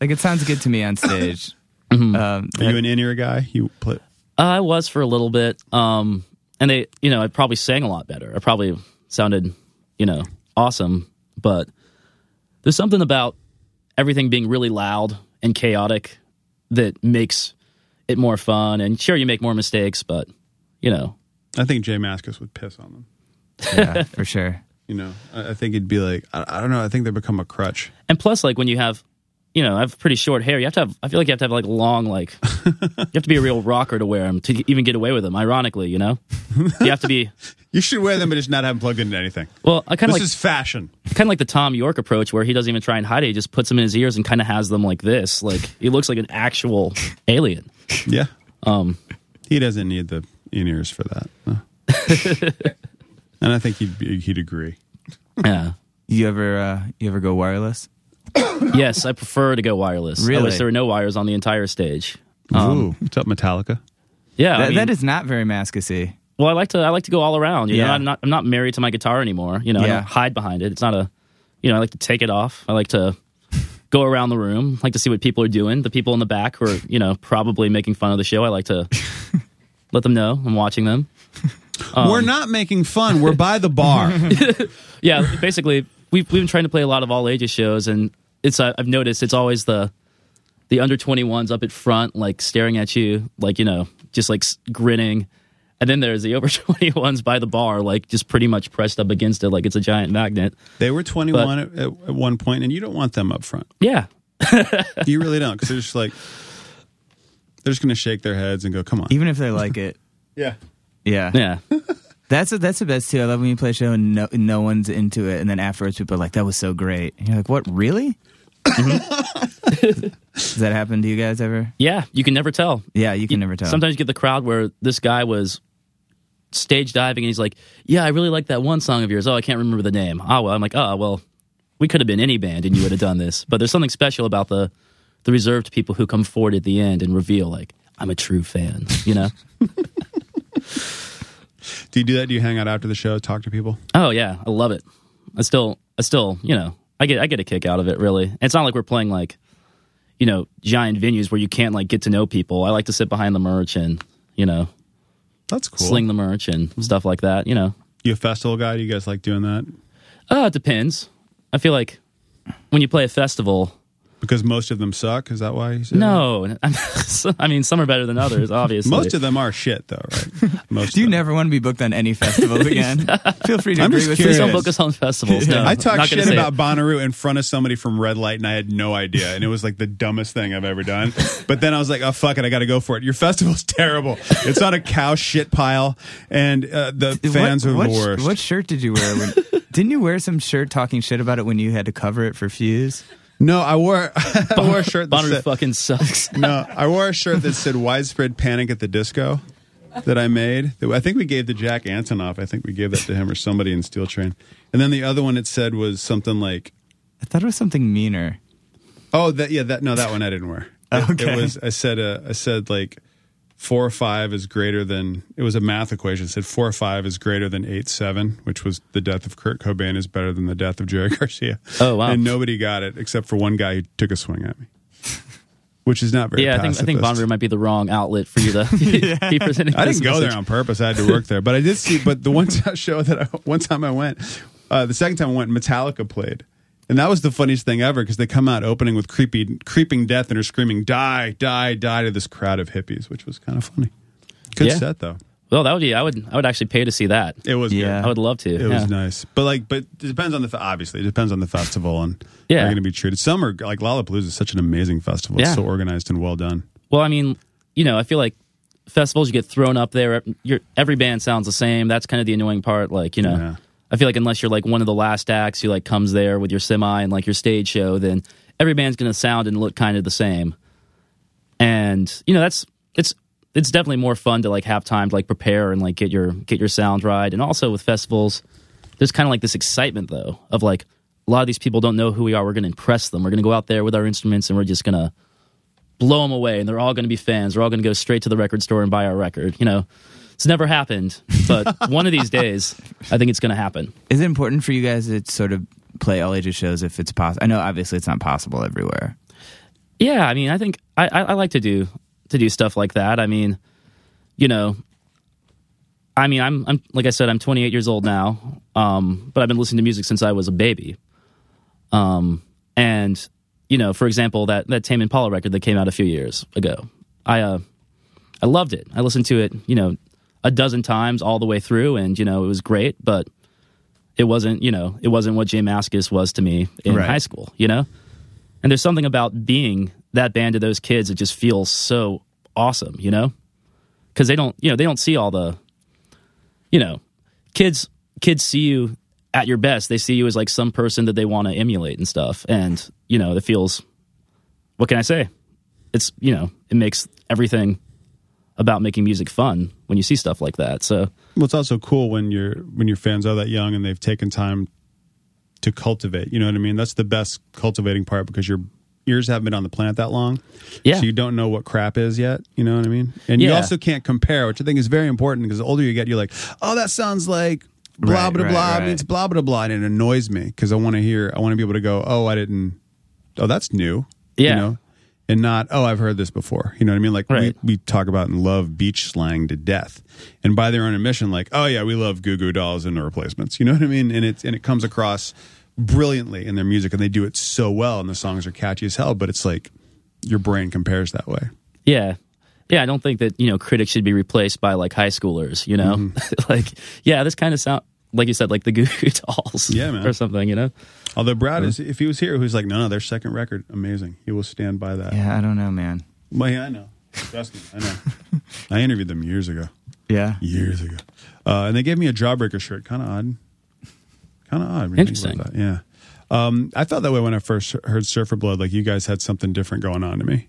A: Like it sounds good to me on stage. Um,
C: are you an in ear guy? You play.
B: uh, I was for a little bit, um, and they, you know, I probably sang a lot better. I probably sounded, you know, awesome. But there's something about everything being really loud and chaotic that makes it more fun. And sure, you make more mistakes, but you know,
C: I think Jay Maskus would piss on them.
A: yeah, for sure.
C: You know, I, I think it'd be like I, I don't know. I think they become a crutch.
B: And plus, like when you have, you know, I have pretty short hair. You have to have. I feel like you have to have like long, like you have to be a real rocker to wear them to even get away with them. Ironically, you know, you have to be.
C: You should wear them, but just not have them plugged into anything.
B: Well, I kind
C: This
B: of like
C: is fashion.
B: kind of like the Tom York approach, where he doesn't even try and hide it. He just puts them in his ears and kind of has them like this. Like he looks like an actual alien.
C: Yeah,
B: Um,
C: he doesn't need the in ears for that. no. and I think he'd be, he'd agree.
B: yeah.
A: You ever uh, you ever go wireless?
B: Yes, I prefer to go wireless. I
A: Really?
B: wish there were no wires on the entire stage. Um,
C: Ooh, what's up, Metallica?
B: Yeah, I
A: That,
B: mean-
A: that is not very mascusy.
B: Well, I like to I like to go all around. You know,
A: Yeah.
B: I'm not I'm not married to my guitar anymore. You know, I
A: Yeah.
B: don't hide behind it. It's not a you know I like to take it off. I like to go around the room. I like to see what people are doing. The people in the back who are you know probably making fun of the show. I like to let them know I'm watching them. um,
C: we're not making fun. We're by the bar.
B: Yeah, basically we've we've been trying to play a lot of all ages shows, and it's uh, I've noticed it's always the the under 21s up at front, like staring at you, like you know, just like s- grinning. And then there's the over 21s by the bar, like just pretty much pressed up against it, like it's a giant magnet.
C: They were 21 at, at at one point, and you don't want them up front.
B: Yeah.
C: You really don't, because they're just like they're just going to shake their heads and go, "Come on."
A: Even if they like it.
C: yeah,
A: Yeah.
B: Yeah.
A: That's that's the best too. I love when you play a show and no no one's into it, and then afterwards people are like, "That was so great." And you're like, "What? Really?" Mm-hmm. Does that happen to you guys ever?
B: yeah. You can never tell.
A: Yeah, you can never tell.
B: Sometimes you get the crowd where this guy was stage diving and he's like, Yeah, I really like that one song of yours. Oh, I can't remember the name. Ah, well. I'm like, Oh, well, we could have been any band and you would have done this. But there's something special about the, the reserved people who come forward at the end and reveal, like, I'm a true fan, you know?
C: Do you do that? Do you hang out after the show, talk to people?
B: Oh yeah, I love it. I still, I still, you know, I get, I get a kick out of it. Really, And it's not like we're playing like, you know, giant venues where you can't like get to know people. I like to sit behind the merch and you know,
C: That's cool.
B: sling the merch and stuff like that. You know,
C: You a festival guy? Do you guys like doing that?
B: uh, it depends. I feel like when you play a festival,
C: Because most of them suck. Is that why? You said
B: no, I mean some are better than others,
C: that?
B: obviously.
C: Most of them are shit, though, right? Most.
A: Do you
C: of them.
A: never want to be booked on any festivals again? Feel free to
C: I'm
A: agree
C: just
A: with
B: Please
A: me.
B: don't
C: Yes.
B: book us on festivals. No,
C: I
B: I'm
C: talked
B: not gonna
C: shit
B: say it.
C: about Bonnaroo in front of somebody from Red Light, and I had no idea, and it was like the dumbest thing I've ever done. But then I was like, "Oh fuck it, I got to go for it." Your festival's terrible. It's on a cow shit pile, and uh, the
A: What-
C: fans are
A: what,
C: the
A: sh-
C: worst.
A: What shirt did you wear? When, didn't you wear some shirt talking shit about it when you had to cover it for Fuse?
C: No, I wore I wore a shirt that
B: Bonnaroo
C: said,
B: fucking sucks.
C: no, Uh, I wore a shirt that said "Widespread Panic at the Disco." That I made. That I think we gave to Jack Antonoff. I think we gave that to him or somebody in Steel Train. And then the other one it said was something like
A: I thought it was something meaner.
C: Oh, that yeah, that no, that one I didn't wear. It,
A: Okay.
C: it was I said uh, I said like four or five is greater than it was a math equation. It said four or five is greater than eight seven, which was the death of Kurt Cobain is better than the death of Jerry Garcia.
B: Oh, wow.
C: And nobody got it except for one guy who took a swing at me, which is not very.
B: Yeah, I think I think
C: pacifist.
B: Bonnaroo might be the wrong outlet for you to be presenting.
C: I
B: this
C: didn't go
B: message.
C: there on purpose. I had to work there, but I did see. But the one t- show that I, one time I went, uh, the second time I went, Metallica played, and that was the funniest thing ever because they come out opening with creepy, creeping death and are screaming "die, die, die" to this crowd of hippies, which was kind of funny. Good
B: Yeah.
C: set though.
B: Well, that would be. I would. I would actually pay to see that.
C: It was
A: Yeah.
B: I would love to.
C: good. It was nice, but like, but it depends on the fe- obviously it depends on the festival and
B: Yeah.
C: they're going to be treated. Some are like Lollapalooza is such an amazing festival.
B: Yeah.
C: It's so organized and well done.
B: Well, I mean, you know, I feel like festivals you get thrown up there. Your every band sounds the same. That's kind of the annoying part. Like you know,
C: Yeah.
B: I feel like unless you're like one of the last acts who like comes there with your semi and like your stage show, then every band's going to sound and look kind of the same. And you know, that's it's it's definitely more fun to like have time to like prepare and like get your get your sound right. And also with festivals, there's kind of like this excitement though of like a lot of these people don't know who we are. We're going to impress them. We're going to go out there with our instruments and we're just going to blow them away and they're all going to be fans. They're all going to go straight to the record store and buy our record. You know, it's never happened, but one of these days, I think it's going to happen.
A: Is it important for you guys to sort of play all ages shows if it's possible? I know obviously it's not possible everywhere.
B: Yeah, I mean, I think I, I, I like to do to do stuff like that. I mean, you know, I mean, I'm I'm like I said, I'm 28 years old now, um, but I've been listening to music since I was a baby. Um, and you know, for example, that that Tame Impala record that came out a few years ago, I uh, I loved it. I listened to it, you know, a dozen times all the way through, and you know, it was great, but it wasn't, you know, it wasn't what Jim Askis was to me in
A: Right.
B: high school, you know. And there's something about being that band to those kids that just feels so awesome, you know? Because they don't, you know, they don't see all the, you know, kids. Kids see you at your best. They see you as like some person that they want to emulate and stuff. And you know, it feels. What can I say? It's you know, it makes everything about making music fun when you see stuff like that. So
C: Well, it's also cool when your when your fans are that young and they've taken time to cultivate. You know what I mean? That's the best cultivating part because your ears haven't been on the planet that long,
B: yeah,
C: so you don't know what crap is yet. You know what I mean? And you
B: Yeah.
C: also can't compare, which I think is very important because the older you get, you're like, oh, that sounds like blah
A: Right,
C: blah
A: right,
C: blah.
A: right.
C: It's blah blah blah, and it annoys me because I want to hear. I want to be able to go, oh, I didn't. Oh, that's new.
B: Yeah.
C: You know? and not oh i've heard this before you know what i mean like
B: Right.
C: we, we talk about and love beach slang to death and by their own admission like oh yeah we love goo goo dolls and the replacements you know what i mean and it's and it comes across brilliantly in their music and they do it so well and the songs are catchy as hell but it's like your brain compares that way
B: Yeah. Yeah, I don't think that, you know, critics should be replaced by like high schoolers, you know?
C: Mm-hmm.
B: like, yeah, this kind of sound like you said, like the Goo Goo Dolls
C: Yeah, man.
B: or something, you know?
C: although brad is if he was here who's like no no their second record amazing he will stand by that
A: Yeah, I don't know, man.
C: well yeah i know trust me i know i interviewed them years ago
A: Yeah.
C: years ago. Uh, and they gave me a Jawbreaker shirt. Kind of odd. Kind of odd. when you think about
B: Interesting.
C: that. Yeah. Um, I felt that way when I first heard Surfer Blood. Like you guys had something different going on to me.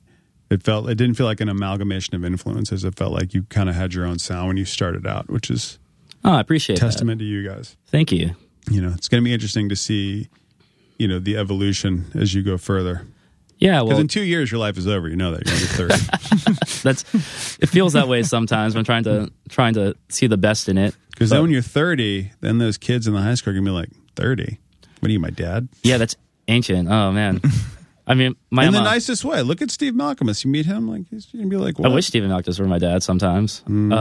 C: It felt. It didn't feel like an amalgamation of influences. It felt like you kind of had your own sound when you started out, which is
B: Oh, I appreciate
C: testament to you guys.
B: that. Thank you.
C: You know, it's going to be interesting to see, you know, the evolution as you go further.
B: Yeah,
C: Because
B: well,
C: in two years, your life is over. You know that. You're going to be 30.
B: that's it feels that way sometimes. when I'm trying to trying to see the best in it.
C: Because then when you're 30, then those kids in the high school are going to be like, 30? What are you, my dad?
B: Yeah, that's ancient. Oh man, I mean, my um,
C: in the
B: mom-
C: nicest way. Look at Steve Malcolmus. You meet him, like, he's going to be like,
B: I
C: what?
B: wish Stephen Octus were my dad sometimes.
C: Mm-hmm.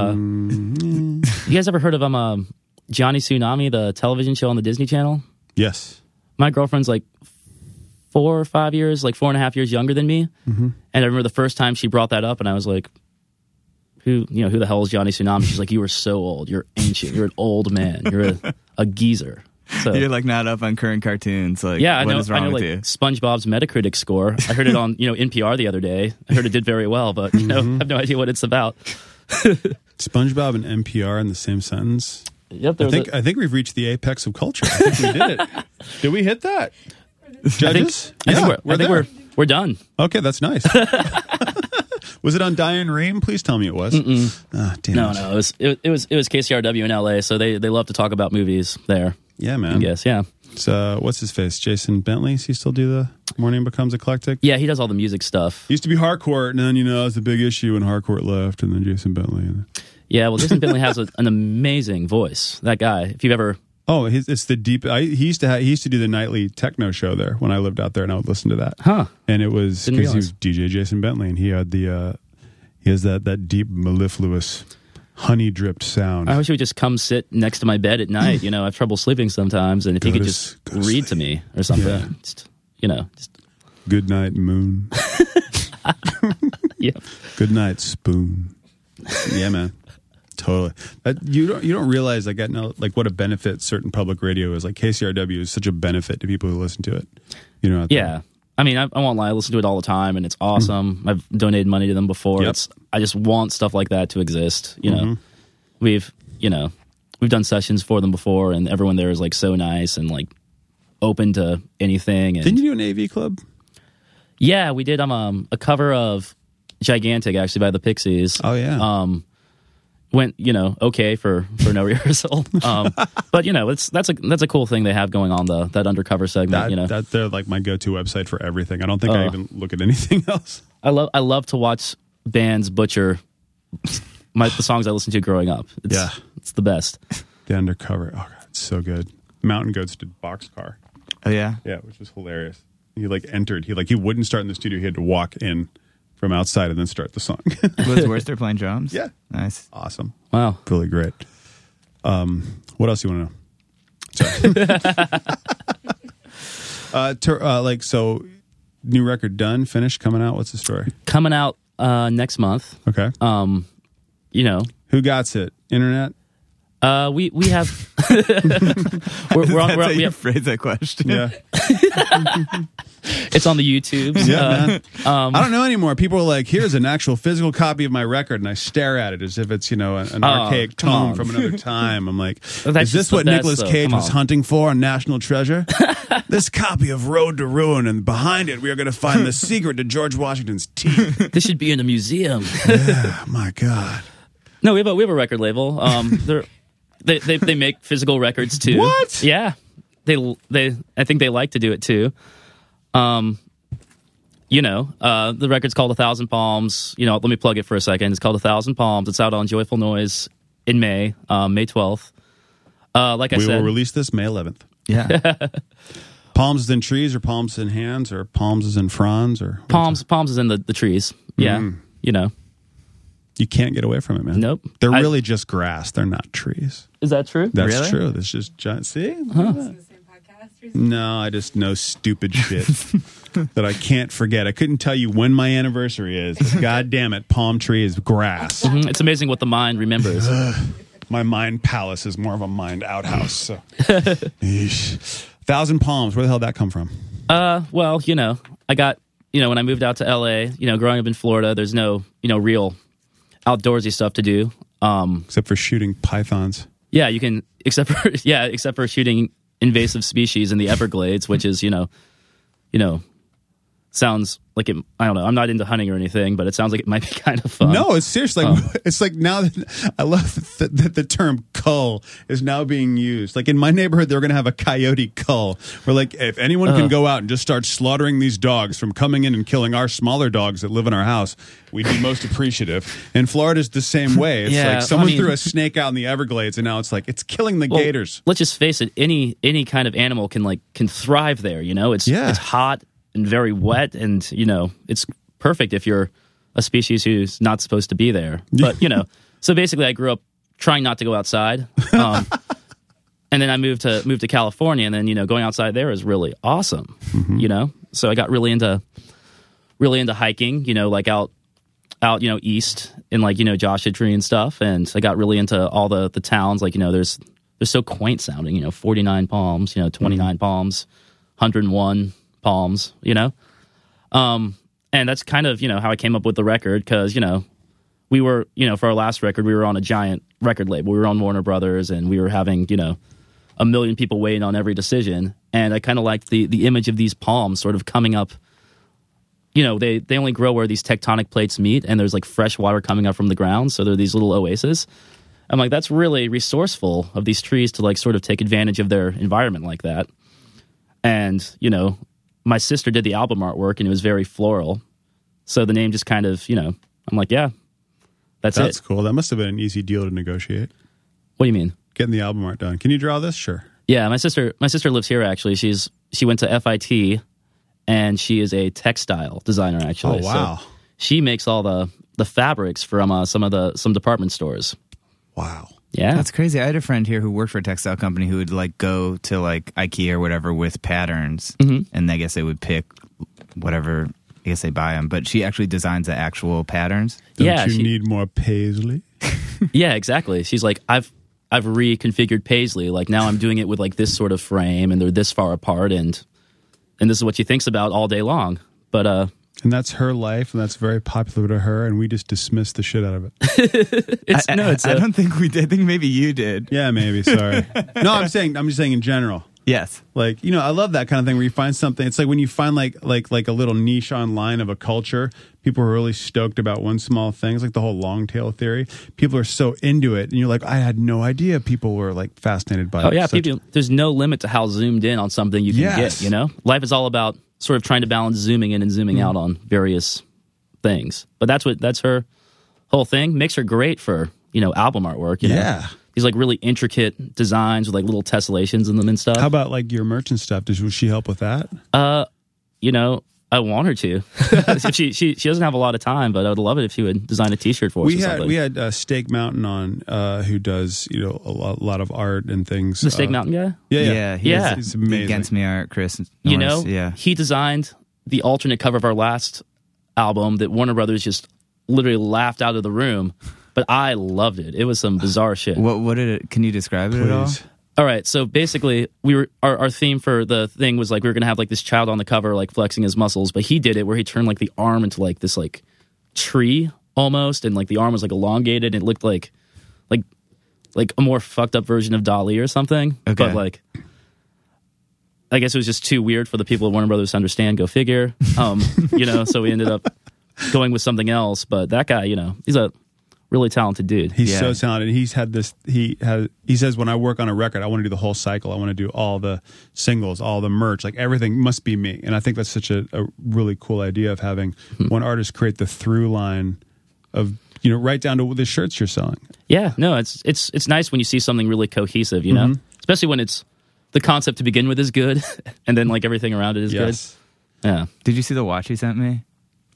B: Uh, you guys ever heard of um, um, Johnny Tsunami, the television show on the Disney Channel?
C: Yes.
B: my girlfriend's like four or five years, like four and a half years younger than me.
C: Mm-hmm.
B: And I remember the first time she brought that up, and I was like, "Who, you know, who the hell is Johnny Tsunami?" She's like, "You are so old. You're ancient. You're an old man. You're a, a geezer." So
A: You're like not up on current cartoons. Like,
B: yeah, I know.
A: what is wrong
B: I know,
A: with
B: like
A: you?
B: SpongeBob's Metacritic score. I heard it on you know NPR the other day. I heard it did very well, but you know, I have no idea what it's about.
C: SpongeBob and NPR in the same sentence.
B: Yep, there
C: I
B: was
C: think,
B: a-
C: I think we've reached the apex of culture. I think we did it. Did we hit that? Judges?
B: I think
C: Yeah,
B: we're, I think
C: there.
B: we're we're done.
C: Okay, that's nice. was it on Diane Rehm? Please tell me it was. Ah, damn
B: No,
C: it.
B: no, it was it, it was it was KCRW in LA, so they they love to talk about movies there.
C: Yeah,
B: I
C: man.
B: guess, yeah.
C: It's, uh, what's his face? Jason Bentley. Does he still do the Morning Becomes Eclectic?
B: Yeah, he does all the music stuff.
C: Used to be Harcourt, and then, you know, that was the big issue when Harcourt left, and then Jason Bentley. And...
B: Yeah, well, Jason Bentley has a, an amazing voice. That guy, if you've ever,
C: Oh, his, it's the deep. I, he used to ha- he used to do the nightly techno show there when I lived out there, and I would listen to that.
B: huh?
C: And it was
B: Didn't
C: because he
B: realize.
C: was DJ Jason Bentley, and he had the uh, he has that that deep mellifluous honey dripped sound.
B: I wish he would just come sit next to my bed at night. You know, I have trouble sleeping sometimes, and if he
C: Go
B: could
C: to
B: just
C: s- go to
B: read to me or something,
C: Yeah.
B: just you know, just
C: Good night, moon.
B: yeah.
C: Good night, spoon. yeah, man. Totally. That, you don't you don't realize like that no like what a benefit certain public radio is. Like KCRW is such a benefit to people who listen to it. You know. out there.
B: Yeah. I mean, I, I won't lie. I listen to it all the time, and it's awesome. I've donated money to them before.
C: Hmm. Yep. Mm-hmm.
B: It's I just want stuff like that to exist. You know, we've you know we've done sessions for them before, and everyone there is like so nice and like open to anything. And
C: Didn't you do an AV club?
B: yeah, we did um, um a cover of Gigantic actually by the Pixies.
C: Oh yeah.
B: um, went you know okay for for no rehearsal. Um, but you know it's that's a that's a cool thing they have going on the that undercover segment.
C: that,
B: you know,
C: that they're like my go-to website for everything. I don't think I
B: Oh.
C: even look at anything else.
B: I love I love to watch bands butcher my the songs I listened to growing up. It's,
C: Yeah.
B: it's the best.
C: The undercover. Oh god, it's so good. Mountain Goats did Boxcar.
A: Oh yeah,
C: Yeah, which was hilarious. He like entered. He like he wouldn't start in the studio. He had to walk in from outside and then start the song.
A: was Worcester playing drums?
C: Yeah.
A: nice.
C: awesome.
B: Wow.
C: Really great. Um, what else you want to know? Sorry. uh, ter- uh, like so, new record done, finished, coming out. What's the story?
B: Coming out uh, next month.
C: Okay.
B: Um, you know,
C: Who got it? Internet.
B: uh, we we have we're, we're on,
A: That's
B: we're
A: how
B: on, we
A: you
B: have,
A: phrase that question.
C: Yeah.
B: it's on the YouTube.
C: Yeah,
B: Uh,
C: man. I don't know anymore. People are like, here's an actual physical copy of my record, and I stare at it as if it's, you know, an, an
B: Oh,
C: archaic
B: come
C: tome
B: on.
C: from another time. I'm like,
B: That's
C: is this
B: just the
C: what
B: best,
C: Nicolas
B: though.
C: Cage
B: Come
C: was
B: on.
C: hunting for on National Treasure? this copy of Road to Ruin, and behind it, we are going to find the secret to George Washington's teeth.
B: Uh, This should be in a museum.
C: oh, my God.
B: No, we have a we have a record label. Um, they're, they they they make physical records too.
C: What?
B: Yeah, they they I think they like to do it too. Um, you know, uh, the record's called A Thousand Palms. You know, let me plug it for a second. It's called A Thousand Palms. It's out on Joyful Noise in May, um, May twelfth. Uh, like I
C: we
B: said,
C: will release this May 11th.
A: Yeah,
C: Palms is in trees, or palms is in hands, or palms is in fronds, or
B: palms palms is in the the trees. Yeah,
C: Mm-hmm.
B: you know,
C: you can't get away from it, man.
B: Nope.
C: They're
B: I-
C: really just grass. They're not trees.
B: is that true?
C: That's
A: Really?
C: true. That's just giant. See,
D: the same podcast or something?
C: No, I just know stupid shit that I can't forget. I couldn't tell you when my anniversary is. God damn it, palm tree is grass.
B: Mhm. It's amazing what the mind remembers.
C: my mind palace is more of a mind outhouse. So. Eesh. Thousand palms. Where the hell did that come from?
B: Uh, well, you know, I got you know when I moved out to LA. You know, growing up in Florida, there's no you know real outdoorsy stuff to do. Um,
C: Except for shooting pythons.
B: yeah, you can except for yeah, except for shooting invasive species in the Everglades, which is you know, you know, sounds like it. I don't know. I'm not into hunting or anything, but it sounds like it might be kind of fun.
C: No, it's serious. Like it's like now that I love that the, the term cull is now being used. Like in my neighborhood, they're going to have a coyote cull. Where like if anyone
B: Uh.
C: can go out and just start slaughtering these dogs from coming in and killing our smaller dogs that live in our house, we'd be most appreciative. And Florida's the same way. It's
B: Yeah,
C: like someone
B: I mean-
C: threw a snake out in the Everglades, and now it's like it's killing the
B: Well,
C: gators.
B: Let's just face it. Any any kind of animal can like can thrive there. You know, it's
C: Yeah.
B: it's hot and very wet, and you know it's perfect if you're a species who's not supposed to be there. But you know, so basically, I grew up trying not to go outside, um, and then I moved to moved to California, and then you know going outside there is really awesome. You know, so I got really into really into hiking. You know, like out out, you know, east in like, you know, Joshua Tree and stuff. And I got really into all the the towns. Like, you know, there's they're so quaint sounding, you know, forty nine palms, you know, twenty palms, hundred and one palms, you know? Um and that's kind of, you know, how I came up with the record because, you know, we were, you know, for our last record, we were on a giant record label. We were on Warner Brothers and we were having, you know, a million people waiting on every decision. And I kind of liked the the image of these palms sort of coming up you know they they only grow where these tectonic plates meet and there's like fresh water coming up from the ground so they're these little oases i'm like that's really resourceful of these trees to like sort of take advantage of their environment like that and you know my sister did the album artwork and it was very floral so the name just kind of you know i'm like yeah that's,
C: That's
B: it
C: cool. That must have been an easy deal to negotiate.
B: what do you mean
C: Getting the album art done. Can you draw this? Sure.
B: Yeah, my sister my sister lives here actually. She's she went to FIT and she is a textile designer actually.
C: Oh,
B: So
C: wow.
B: she makes all the the fabrics from uh, some of the some department stores.
C: Wow.
B: Yeah.
A: That's crazy. I had a friend here who worked for a textile company who would like go to like IKEA or whatever with patterns,
B: Mm-hmm.
A: and I guess they would pick whatever. I guess they buy them, but she actually designs the actual patterns.
C: Don't
B: yeah,
C: you
B: she-
C: need more paisley?
B: yeah, exactly. She's like I've I've reconfigured Paisley. Like now I'm doing it with like this sort of frame and they're this far apart and and this is what she thinks about all day long. But uh
C: And that's her life, and that's very popular to her, and we just dismiss the shit out of it.
B: it's no it's
A: I
B: a-
A: I don't think we did. I think maybe you did.
C: Yeah, maybe. Sorry. no, I'm saying I'm just saying in general.
A: Yes.
C: Like you know, I love that kind of thing where you find something. It's like when you find like like like a little niche online of a culture. People are really stoked about one small thing. It's like the whole long tail theory. People are so into it, and you're like, I had no idea people were like fascinated by.
B: Oh yeah,
C: such-
B: people, there's no limit to how zoomed in on something you can
C: Yes.
B: get. You know, life is all about sort of trying to balance zooming in and zooming
C: Mm-hmm.
B: out on various things. But that's what that's her whole thing. Makes her great for you know album artwork. You know?
C: Yeah.
B: these like really intricate designs with like little tessellations in them and stuff.
C: How about like your merchant stuff? Does will she help with that?
B: you know. I want her to. if she, she she doesn't have a lot of time, but I would love it if she would design a T-shirt for us.
C: we
B: or
C: had
B: something.
C: we had uh, Stake Mountain on, uh, who does you know a lot, lot of art and things.
B: the Steak
C: uh,
B: Mountain guy.
C: Yeah, yeah,
A: he
B: Yeah.
A: was-
C: He's
A: the
C: amazing.
A: Against me, art, Chris.
B: you know
A: Norris, Yeah.
B: he designed the alternate cover of our last album that warner brothers just literally laughed out of the room but i loved it it was some bizarre shit
A: What? What did it? Can you describe it at all?
C: Please.
B: all right so basically we were our, our theme for the thing was like we were gonna have like this child on the cover like flexing his muscles but he did it where he turned like the arm into like this like tree almost and like the arm was like elongated and it looked like like like a more fucked up version of Dolly or something.
A: Okay.
B: But like I guess it was just too weird for the people at Warner Brothers to understand, go figure. Um, you know, so we ended up going with something else. But that guy, you know, he's a really talented dude.
C: He's
A: Yeah.
C: so talented. He's had this. He has. He says, "When I work on a record, I want to do the whole cycle. I want to do all the singles, all the merch, like everything must be me." And I think that's such a, a really cool idea of having one artist create the through line of you know right down to the shirts you're selling.
B: Yeah, no, it's it's it's nice when you see something really cohesive, you know,
C: Mm-hmm.
B: especially when it's the concept to begin with is good, and then like everything around it is good. Yeah,
A: Did you see the watch he sent me?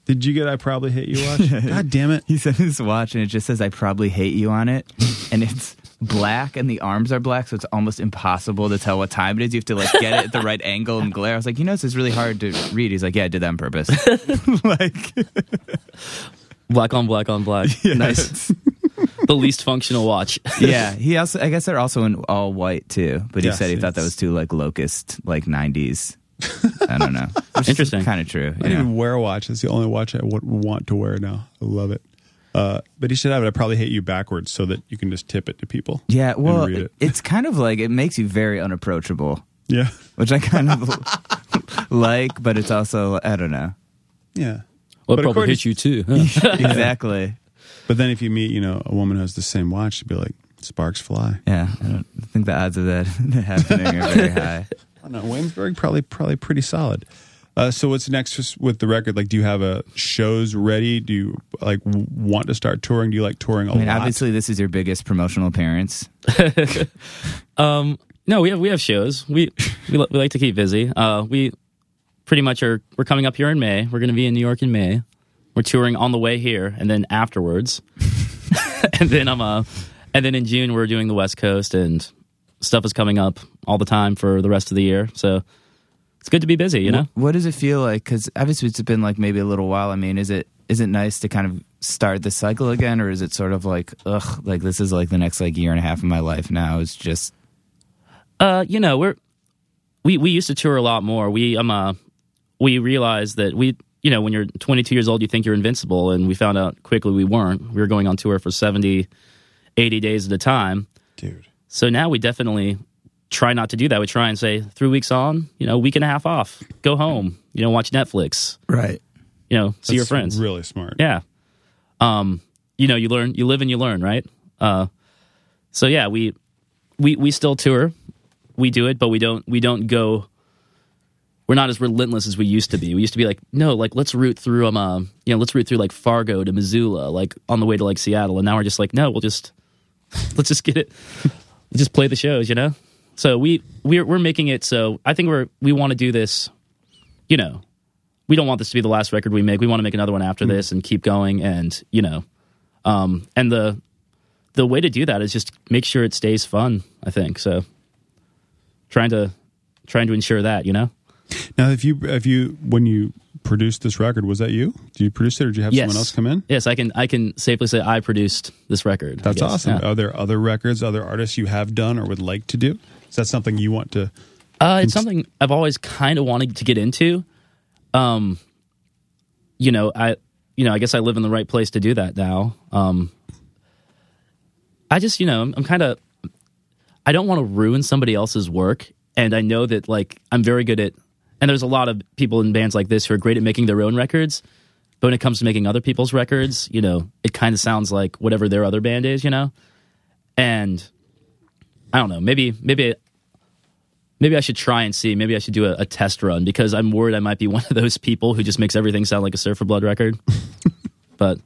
C: Did you get? I probably hit you. Watch. God damn it.
A: He sent me this watch, and it just says "I probably hate you" on it, and it's black, and the arms are black, so it's almost impossible to tell what time it is. You have to like get it at the right angle and glare. I was like, you know, this is really hard to read. He's like, yeah, I did that on purpose. like,
B: black on black on black. Nice. the least functional watch.
A: yeah. He also, I guess they're also in all white too, but he
C: Yes,
A: said he thought that was too like locust, like '90s. I don't know.
B: Interesting.
A: Kind of true.
C: I
A: yeah.
C: didn't even wear a watch. It's the only watch I would want to wear now. I love it. Uh, but he should have it. I probably hit you backwards so that you can just tip it to people.
A: Yeah,
C: and
A: well,
C: read it.
A: it's kind of like it makes you very unapproachable,
C: yeah,
A: which I kind of like, but it's also I don't know
C: yeah.
B: Well,
C: But
B: it probably
C: according-
B: hit you too. huh?
A: exactly.
C: But then if you meet, you know, a woman who has the same watch, you'd be like, Sparks fly.
A: Yeah, I don't think the odds of that happening are very high.
C: I don't know. Williamsburg probably probably pretty solid. Uh, so what's next just with the record? Like, do you have a shows ready? Do you like w- want to start touring? Do you like touring a
A: I mean,
C: lot?
A: obviously, this is your biggest promotional appearance.
B: Um, no, we have we have shows. We we, li- we like to keep busy. Uh, we pretty much are. We're coming up here in May. We're going to be in New York in May. We're touring on the way here, and then afterwards, and then I'm uh, and then in June we're doing the West Coast, and stuff is coming up all the time for the rest of the year. So it's good to be busy, you know.
A: Wh- what does it feel like? Because obviously, it's been like maybe a little while. I mean, is it is it nice to kind of start the cycle again, or is it sort of like ugh, like this is like the next like year and a half of my life now is just
B: Uh, you know, we're we we used to tour a lot more. We um uh we realized that we you know when you're 22 years old you think you're invincible and we found out quickly we weren't. We were going on tour for 70 80 days at a time.
C: Dude,
B: So now we definitely try not to do that. We try and say 3 weeks on, you know, week and a half off. Go home, you know, watch Netflix,
A: right?
B: you know, see your
C: That's
B: friends.
C: Really smart.
B: Yeah. Um, you know, you learn, you live and you learn, right? Uh, so yeah, we, we, we still tour, we do it, but we don't, we don't go, we're not as relentless as we used to be. We used to be like, no, like let's root through, um, uh, you know, let's root through like Fargo to Missoula, like on the way to like Seattle. And now we're just like, no, we'll just, let's just get it, let's just play the shows, you know? So we, we're, we're making it. So I think we're, we want to do this, you know, we don't want this to be the last record we make. We want to make another one after this and keep going. And you know, um, and the the way to do that is just make sure it stays fun. I think so. Trying to trying to ensure that you know.
C: Now, if you if you when you produced this record, was that you? Did you produce it, or did you have someone else come in?
B: Yes, I can. I can safely say I produced this record. I
C: That's
B: guess.
C: awesome.
B: Yeah.
C: Are there other records, other artists you have done or would like to do? Is that something you want to?
B: Uh, it's something I've always kind of wanted to get into. Um, you know, I you know, I guess I live in the right place to do that now. Um, I just, you know, I'm, I'm kind of I don't want to ruin somebody else's work, and I know that like I'm very good at, and there's a lot of people in bands like this who are great at making their own records. But when it comes to making other people's records, you know, it kind of sounds like whatever their other band is, you know. And I don't know, maybe maybe maybe I should try and see. Maybe I should do a, a test run because I'm worried I might be one of those people who just makes everything sound like a Surfer Blood record. but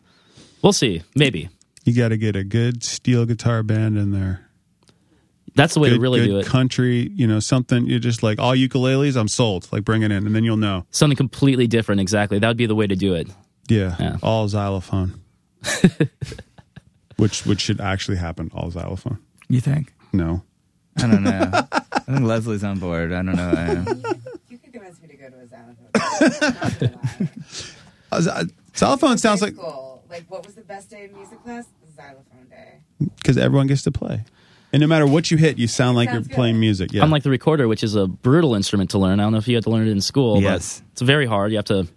B: we'll see. Maybe
C: You got to get a good steel guitar band in there.
B: that's the way
C: good,
B: to really
C: good
B: do it.
C: country, you know, something. You're just like all ukuleles. I'm sold. Like bring it in, and then you'll know.
B: Something completely different. Exactly. That would be the way to do it.
C: Yeah,
B: Yeah.
C: all xylophone. which which should actually happen. All xylophone.
A: You think?
C: No,
A: I don't know. I think Leslie's on board. I don't know. I am.
D: You could convince me to go to a xylophone.
C: Uh, xy- xylophone sounds like
D: Cool. Like, what was the best day of music class? Xylophone day.
C: because everyone gets to play, and no matter what you hit, you sound like
D: Sounds
C: you're playing
D: good.
C: music. Yeah,
B: Unlike the recorder, which is a brutal instrument to learn. I don't know if you had to learn it in school.
A: Yes.
B: But it's very hard. You have to.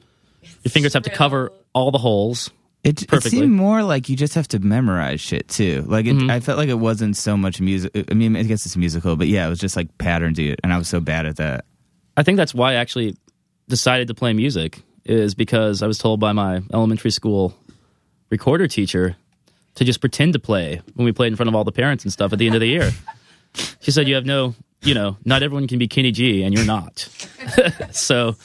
B: Your fingers have to
D: Real-
B: cover all the holes.
A: It, it
B: Perfectly.
A: seemed more like you just have to memorize shit too. Like it, I felt like it wasn't so much music. I mean, I guess it's musical, but yeah, it was just like patterns, dude. And I was so bad at that.
B: I think that's why I actually decided to play music is because I was told by my elementary school recorder teacher to just pretend to play when we played in front of all the parents and stuff at the end of the year. she said, "You have no, you know, not everyone can be Kenny G, and you're not." so,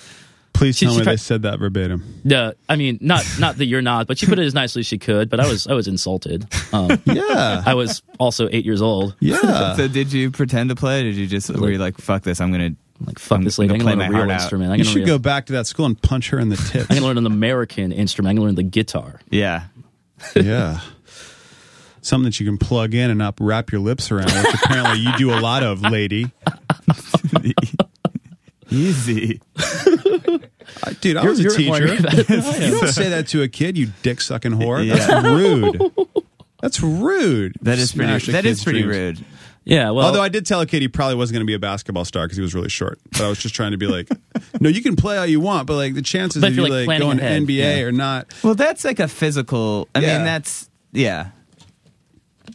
C: please
B: she-
C: tell
B: she
C: me
B: tried-
C: they said that verbatim.
B: no, I mean, not not that you're not, but she put it as nicely as she could. But I was I was insulted. Um,
C: Yeah,
B: I was also eight years old.
C: yeah.
A: so did you pretend to play? Or did you just were you like fuck this? I'm gonna
B: Like fuck
A: I'm
B: this lady.
A: gonna
B: I'm
A: play
B: gonna learn
A: my
B: a real
A: heart out.
B: instrument. I'm
C: You
B: gonna
C: should
B: real-
C: go back to that school and punch her in the tip.
B: I'm gonna learn an American instrument. I'm gonna learn the guitar.
A: yeah.
C: yeah. Something that you can plug in and not wrap your lips around, which apparently you do a lot of, lady.
A: Easy.
C: I- Dude, I was a
B: You're more
C: teacher.
B: good at it.
C: You don't say that to a kid, you dick sucking whore.
A: Yeah.
C: That's rude. That's rude.
A: That is
C: Smash
A: pretty.
C: a
A: That is
C: kid's
A: pretty
C: dreams.
A: rude.
B: Yeah. Well,
C: Although I did tell a kid he probably wasn't going to be a basketball star because he was really short. But I was just trying to be like, no, you can play all you want, but like the chances
B: But
C: of
B: if
C: you
B: you're,
C: like,
B: like, planning
C: going
B: ahead,
C: to NBA
B: yeah.
C: or not.
A: Well, that's like a physical. I
C: Yeah.
A: mean, that's yeah.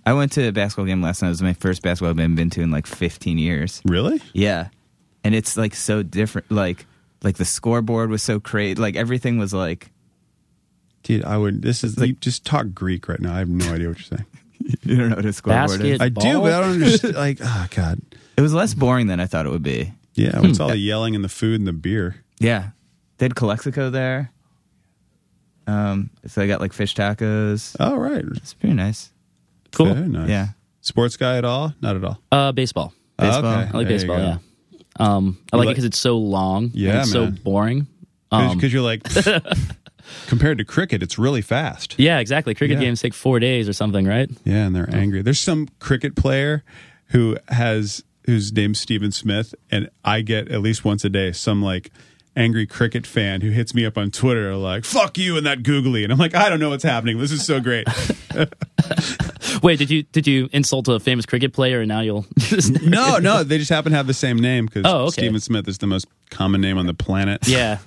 A: I went to a basketball game last night. It was my first basketball game I've been to in like 15 years.
C: Really?
A: Yeah. And it's like so different. Like, like the scoreboard was so crazy. Like everything was like,
C: Dude, I would. This is like just talk Greek right now. I have no idea what you're saying.
A: You don't know what a scoreboard is.
B: Basket.
C: I do, but I
B: Ball?
C: don't understand. Like, oh god,
A: It was less boring than I thought it would be.
C: yeah. It's all the yelling and the food and the beer.
A: Yeah. They had Calexico there. Um, so I got like fish tacos.
C: All right,
A: It's pretty nice.
B: Cool.
C: Very Oh. nice.
A: Yeah.
C: Sports guy at all? Not at all.
B: Uh, baseball.
A: Baseball.
C: Ah, Okay.
A: I
B: I like
C: There you
B: baseball.
C: go.
B: Yeah. Um, I like it
C: like-
B: because it's so long. and
C: Yeah,
B: it's
C: man.
B: so boring.
C: Because
B: Um,
C: you're like, compared to cricket, it's really fast.
B: yeah, exactly. Cricket
C: Yeah. Oh.
B: games take four days or something, right?
C: Yeah, and they're angry. There's some cricket player who has whose name's Stephen Smith, and I get at least once a day some like angry cricket fan who hits me up on Twitter like "fuck you" and that googly, and I'm like, I don't know what's happening. This is so great.
B: Wait, did you did you insult a famous cricket player and now you'll?
C: no, no, they just happen to have the same name because
B: Oh, okay.
C: Stephen Smith is the most common name on the planet.
B: Yeah,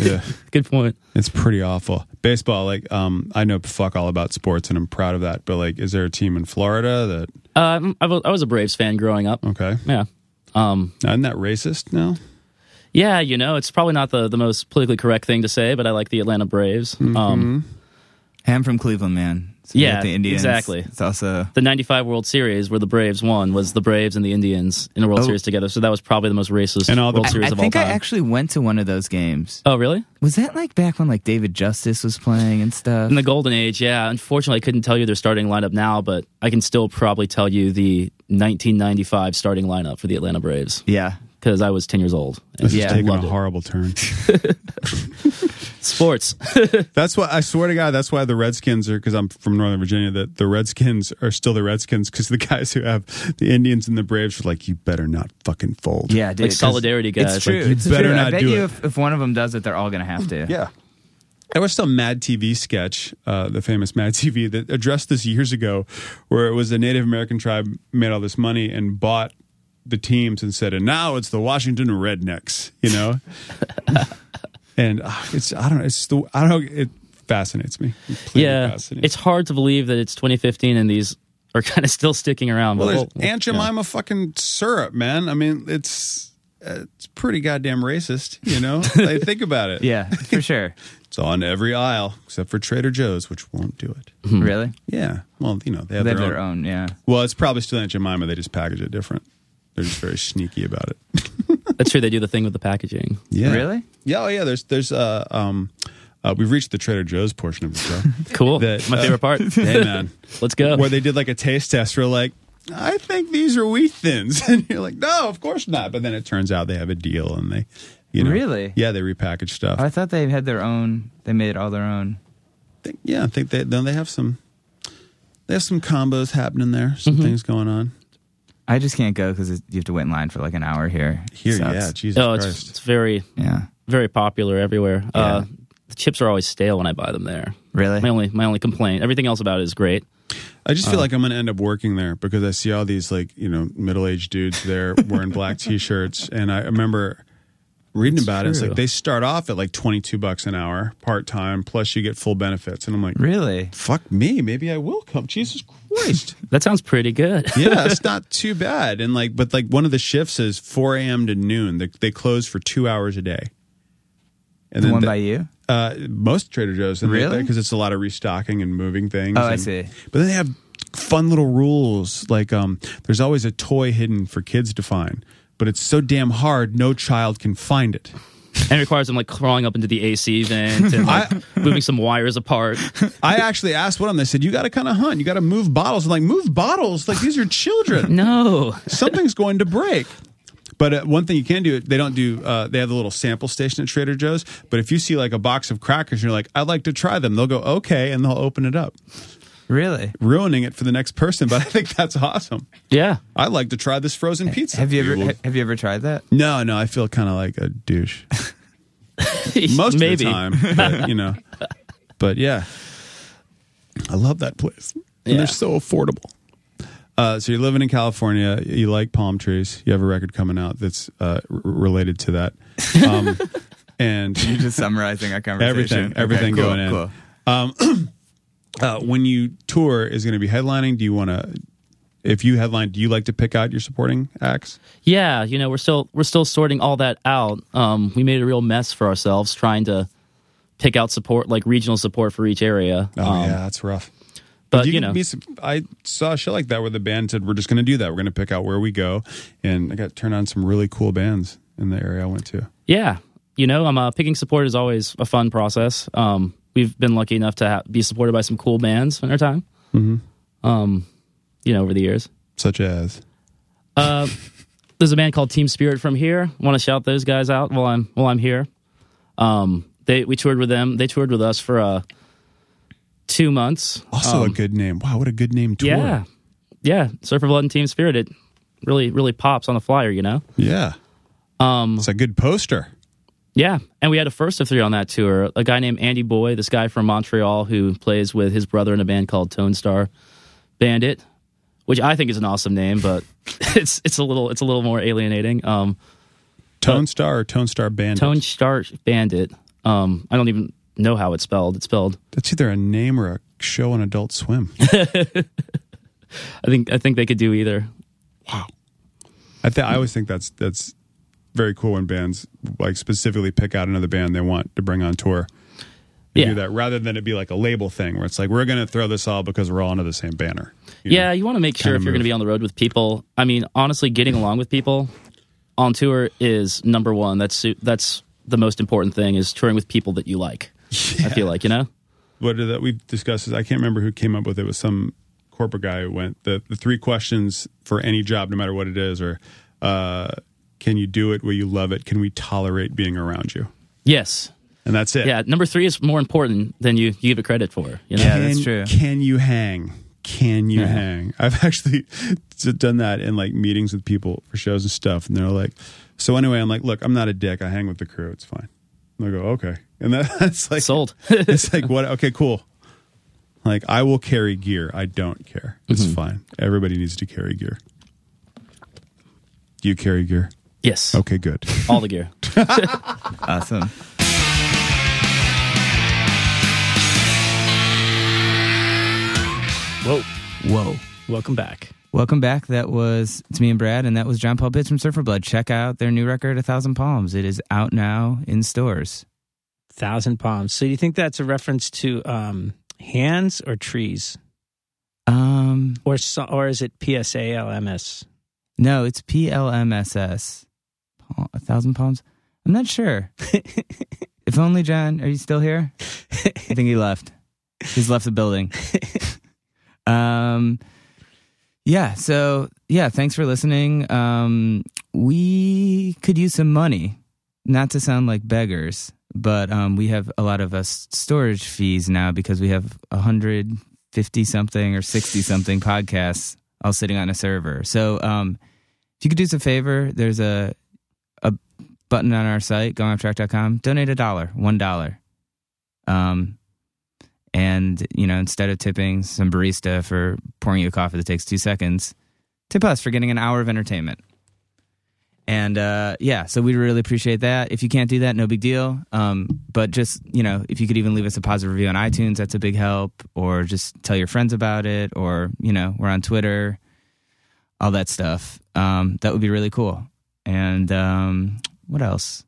C: Yeah.
B: good point.
C: It's pretty awful. Baseball, like, um, I know fuck all about sports, and I'm proud of that. But like, is there a team in Florida that
B: Um, I wa- I was a Braves fan growing up.
C: okay?
B: Yeah. Um,
C: Isn't that racist? No.
B: yeah, you know, it's probably not the, the most politically correct thing to say, but I like the Atlanta Braves.
C: Mm-hmm.
B: Um,
A: Hey, I'm from Cleveland, man. So
B: Yeah,
A: like the Indians.
B: exactly.
A: It's also
B: the 95 World Series where the Braves won was the Braves and the Indians in a World
A: Oh.
B: Series together. So that was probably the most racist
C: And all the-
B: World
C: I-
B: Series
A: I
B: of
A: think
B: all
A: I
B: time.
A: actually went to one of those games.
B: oh, really?
A: Was that like back when like David Justice was playing and stuff?
B: In the golden age, yeah. Unfortunately, I couldn't tell you their starting lineup now, but I can still probably tell you the 1995 starting lineup for the Atlanta Braves
A: Yeah.
B: because I was 10 years old. And
C: This
A: Yeah,
C: is taking a
B: loved it.
C: horrible turn.
B: Sports.
C: That's why I swear to God, that's why the Redskins are because I'm from Northern Virginia. That the Redskins are still the Redskins because the guys who have the Indians and the Braves are like, you better not fucking fold.
A: Yeah, dude.
B: Like
A: 'cause
B: solidarity, guys.
A: It's true.
C: you
A: it's
C: better
A: true.
C: not
A: I bet
C: do
A: you
C: it.
A: If, if one of them does it, they're all going to have to.
C: Yeah. There was some Mad TV sketch, uh, the famous Mad TV, that addressed this years ago, where it was a Native American tribe made all this money and bought the teams and said, and now it's the Washington Rednecks, you know? and uh, it's, I don't know, it's the, I don't know, it fascinates me. Completely
B: yeah.
C: fascinates
B: It's hard to believe that it's 2015 and these are kind of still sticking around.
C: Well,
B: but
C: there's
B: we'll-
C: Aunt Jemima fucking syrup, man. I mean, it's uh, it's pretty goddamn racist, you know. like, think about it.
A: Yeah, for sure.
C: it's on every aisle except for Trader Joe's, which won't do it.
A: really?
C: Yeah, well, you know they have,
A: They
C: their,
A: have
C: own.
A: their own, yeah.
C: Well, it's probably still Aunt Jemima. They just package it different. They're just very sneaky about it.
B: That's true. They do the thing with the packaging.
C: Yeah,
A: Really?
C: Yeah, oh yeah. There's there's uh um uh, we've reached the Trader Joe's portion of the show.
B: Cool.
C: That-
B: My favorite part.
C: hey man,
B: Let's
A: Oh.
B: go.
C: where they did like a taste test. We're like, I think these are wheat thins, and you're like, no, of course not. But then it turns out they have a deal, and they, you know,
A: Really?
C: yeah, they repackage stuff.
A: I thought they had their own. They made it all their own.
C: think, yeah, I think they then they have some, they have some combos happening there, some
A: Mm-hmm.
C: things going on
A: I just can't go because you have to wait in line for like an hour here. It
C: here.
A: sucks.
C: Yeah, Jesus
B: oh, it's,
C: Christ.
B: it's very,
A: yeah.
B: very popular everywhere.
A: Yeah.
B: Uh, the chips are always stale when I buy them there.
A: Really?
B: My only, my only complaint. Everything else about it is great.
C: I just
A: Uh.
C: feel like I'm going to end up working there because I see all these like you know middle aged dudes there wearing black t-shirts, and I remember reading about it. It's
B: true.
C: like they start off at like 22 bucks an hour part time, plus you get full benefits, and I'm like,
A: Really?
C: fuck me, maybe I will come. Jesus Christ.
B: That sounds pretty good.
C: yeah, it's not too bad. And like, but like one of the shifts is 4 a.m. to noon. They, they close for two hours a day. And
A: The one
C: the-
A: by you?
C: Uh, most Trader Joe's, and
A: Really?
C: because it's a lot of restocking and moving things.
A: Oh, I
C: and-
A: see.
C: But then they have fun little rules, like um, there's always a toy hidden for kids to find, but it's so damn hard, no child can find it.
B: and requires them like crawling up into the AC vent and like, moving some wires apart.
C: I actually asked one of them. They said, "You got to kind of hunt. You got to move bottles." I'm like, "Move bottles? Like these are children."
B: No.
C: something's going to break. But uh, one thing you can do, they don't do. Uh, they have the little sample station at Trader Joe's. But if you see like a box of crackers, and you're like, "I'd like to try them," they'll go, "Okay," and they'll open it up,
A: Really?
C: ruining it for the next person. But I think that's awesome.
B: Yeah.
C: I'd like to try this frozen pizza.
A: Have you ever
C: will-
A: ha- have you ever tried that?
C: no, no. I feel kind of like a douche most
B: Maybe.
C: of the time, but, you know. But yeah, I love that place. And
B: Yeah.
C: They're so affordable. Uh, so you're living in California. You like palm trees. You have a record coming out that's uh, r- related to that, um,
A: You're
C: and
A: just summarizing our conversation.
C: everything, everything
A: Okay, cool,
C: going in.
A: cool.
C: Uh, when you tour is going to be headlining. Do you want to? If you headline, do you like to pick out your supporting acts?
B: Yeah, you know, we're still we're still sorting all that out. Um, we made a real mess for ourselves
A: Oh,
B: trying to pick out support like regional support for each area. um,
C: that's rough.
B: But
C: Oh.
B: you,
C: you, could
B: know,
C: be sup- I saw a show like that where the band said, "We're just going to do that. We're going to pick out where we go," and I got turned on some really cool bands in the area I went to.
B: yeah, you know, I'm uh, picking support is always a fun process. Um, we've been lucky enough to ha- be supported by some cool bands in our time.
C: Mm-hmm.
B: Um, you know, over the years.
C: Such as
B: Uh, there's a band called Team Spirit from here. Want to shout those guys out while I'm while I'm here. Um, they we toured with them. They toured with us for uh, two months.
C: also
B: Um,
C: a good name. Wow, what a good name tour.
B: yeah, yeah. Surfer Blood and Team Spirit. It really really pops on the flyer, you know.
C: yeah.
B: Um,
C: It's a good poster.
B: yeah, and we had a first of three on that tour. A guy named Andy Boy, this guy from Montreal who plays with his brother in a band called Tone Star Bandit, which I think is an awesome name, but it's it's a little it's a little more alienating. Um,
C: Tone Star or Tone Star Band.
B: Tone Starch Bandit. Um, I don't even know how it's spelled. It's spelled.
C: That's either a name or a show on Adult Swim.
B: I think. I think they could do either.
C: I th- I always think that's that's very cool when bands like specifically pick out another band they want to bring on tour. They
B: Yeah.
C: do that rather than it be like a label thing where it's like we're going to throw this all because we're all under the same banner. you know?
B: yeah, you want to make sure
C: kinda
B: if you're going
C: move.
B: to be on the road with people. I mean, honestly, getting along with people on tour is number one. That's su- that's the most important thing is touring with people that you like. I feel like you know.
C: what are that we've discussed is I can't remember who came up with it. It was some corporate guy who went the, the three questions for any job, no matter what it is, or uh, can you do it? Will you love it? Can we tolerate being around you?
B: Yes.
C: And that's it.
B: Yeah. Number three is more important than you, you give it credit for. You know.
A: Yeah.
C: can,
A: that's true.
C: Can you hang? Can you hang? I've actually done that in like meetings with people for shows and stuff, and they're like, "So anyway, I'm like, look, I'm not a dick. I hang with the crew. It's fine." And I go, "Okay," and that, that's like
B: Sold.
C: it's like what? Okay, cool. Like I will carry gear. I don't care. It's fine. Everybody needs to carry gear. Do you carry gear?
B: Yes.
C: Okay, good.
B: All the gear.
A: Awesome.
E: Whoa.
A: Whoa.
E: Welcome back.
A: Welcome back. That was it's me and Brad, and that was John Paul Pitts from Surfer Blood. Check out their new record, A Thousand Palms. It is out now in stores.
E: Thousand palms. So you think that's a reference to um, hands or trees?
A: Um,
E: Or so, or is it PSALMS?
A: no, it's PLMSS. Pal- A Thousand Palms. I'm not sure. if only John, are you still here? I think he left. He's left the building. um, yeah. So yeah, thanks for listening. Um, we could use some money, not to sound like beggars, but um, we have a lot of uh, s- storage fees now because we have a hundred fifty something or sixty something podcasts all sitting on a server. So um, if you could do us a favor, there's a a button on our site, goingofftrack.com. Donate a dollar, one dollar. Um, and you know instead of tipping some barista for pouring you a coffee that takes two seconds tip us for getting an hour of entertainment and uh, yeah so we really appreciate that if you can't do that no big deal um, but just you know if you could even leave us a positive review on itunes that's a big help or just tell your friends about it or you know we're on twitter all that stuff um, that would be really cool and um, what else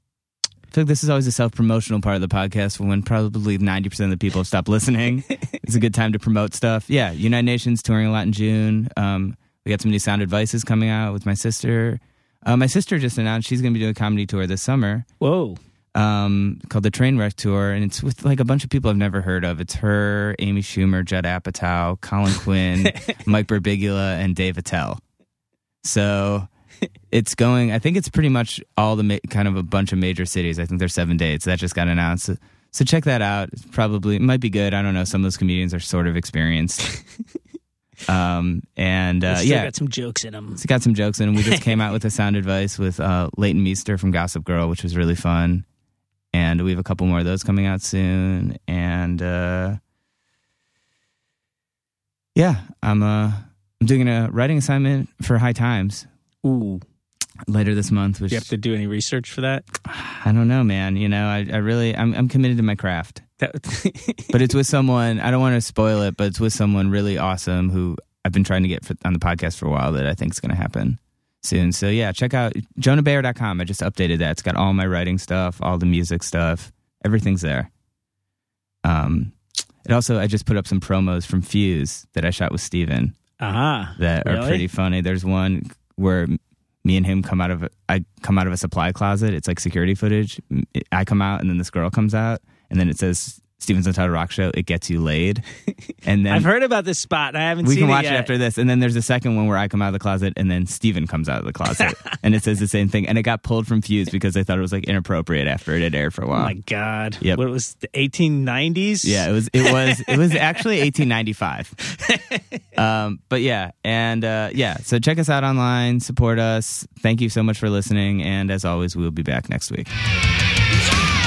A: I feel like this is always a self promotional part of the podcast when probably 90% of the people have stopped listening. it's a good time to promote stuff. Yeah, United Nations touring a lot in June. Um, we got some new sound advices coming out with my sister. Uh, my sister just announced she's going to be doing a comedy tour this summer
E: Whoa.
A: um, called the Trainwreck Tour, and it's with like a bunch of people I've never heard of. It's her, Amy Schumer, Judd Apatow, Colin Quinn, Mike Birbiglia, and Dave Attell. So it's going. I think it's pretty much all the ma- kind of a bunch of major cities. I think there's seven dates that just got announced. So check that out. It's probably it might be good. I don't know. Some of those comedians are sort of experienced. um, and uh,
E: It's still
A: yeah,
E: got some jokes in them.
A: it's got some jokes in. it. We just came out with a sound advice with uh, Leighton Meester from Gossip Girl, which was really fun. And we have a couple more of those coming out soon. And uh, yeah, I'm uh, I'm doing a writing assignment for High Times
E: Ooh.
A: later this month. Which
E: Do you have to do any research for that?
A: I don't know, man. You know, I, I really I'm, I'm committed to my craft,
E: that
A: but it's with someone. I don't want to spoil it, but it's with someone really awesome who I've been trying to get for, on the podcast for a while that I think is going to happen. soon. So yeah, check out jonahbayer.com. I just updated that. It's got all my writing stuff, all the music stuff. Everything's there. Um, And also, I just put up some promos from Fuse that I shot with Steven
E: Aha.
A: that are
E: Uh-huh. Really?
A: pretty funny. There's one where me and him come out of a- I come out of a supply closet. It's like security footage. M- I come out and then this girl comes out and then it says Steven's Untitled Rock Show. It gets you laid. And then
E: I've heard about this spot. I haven't
A: we
E: seen
A: can watch
E: it
A: it,
E: yet.
A: after this. And then there's a second one where I come out of the closet and then Steven comes out of the closet and it says the same thing. And it got pulled from Fuse because they thought it was like inappropriate after it had aired for a
E: Oh
A: while.
E: my god.
A: Yep.
E: What was the 1890s?
A: Yeah, it was it was it was actually 1895. Um, but yeah, and uh, yeah, so check us out online, support us. Thank you so much for listening, and as always, we'll be back next week.
F: Yeah!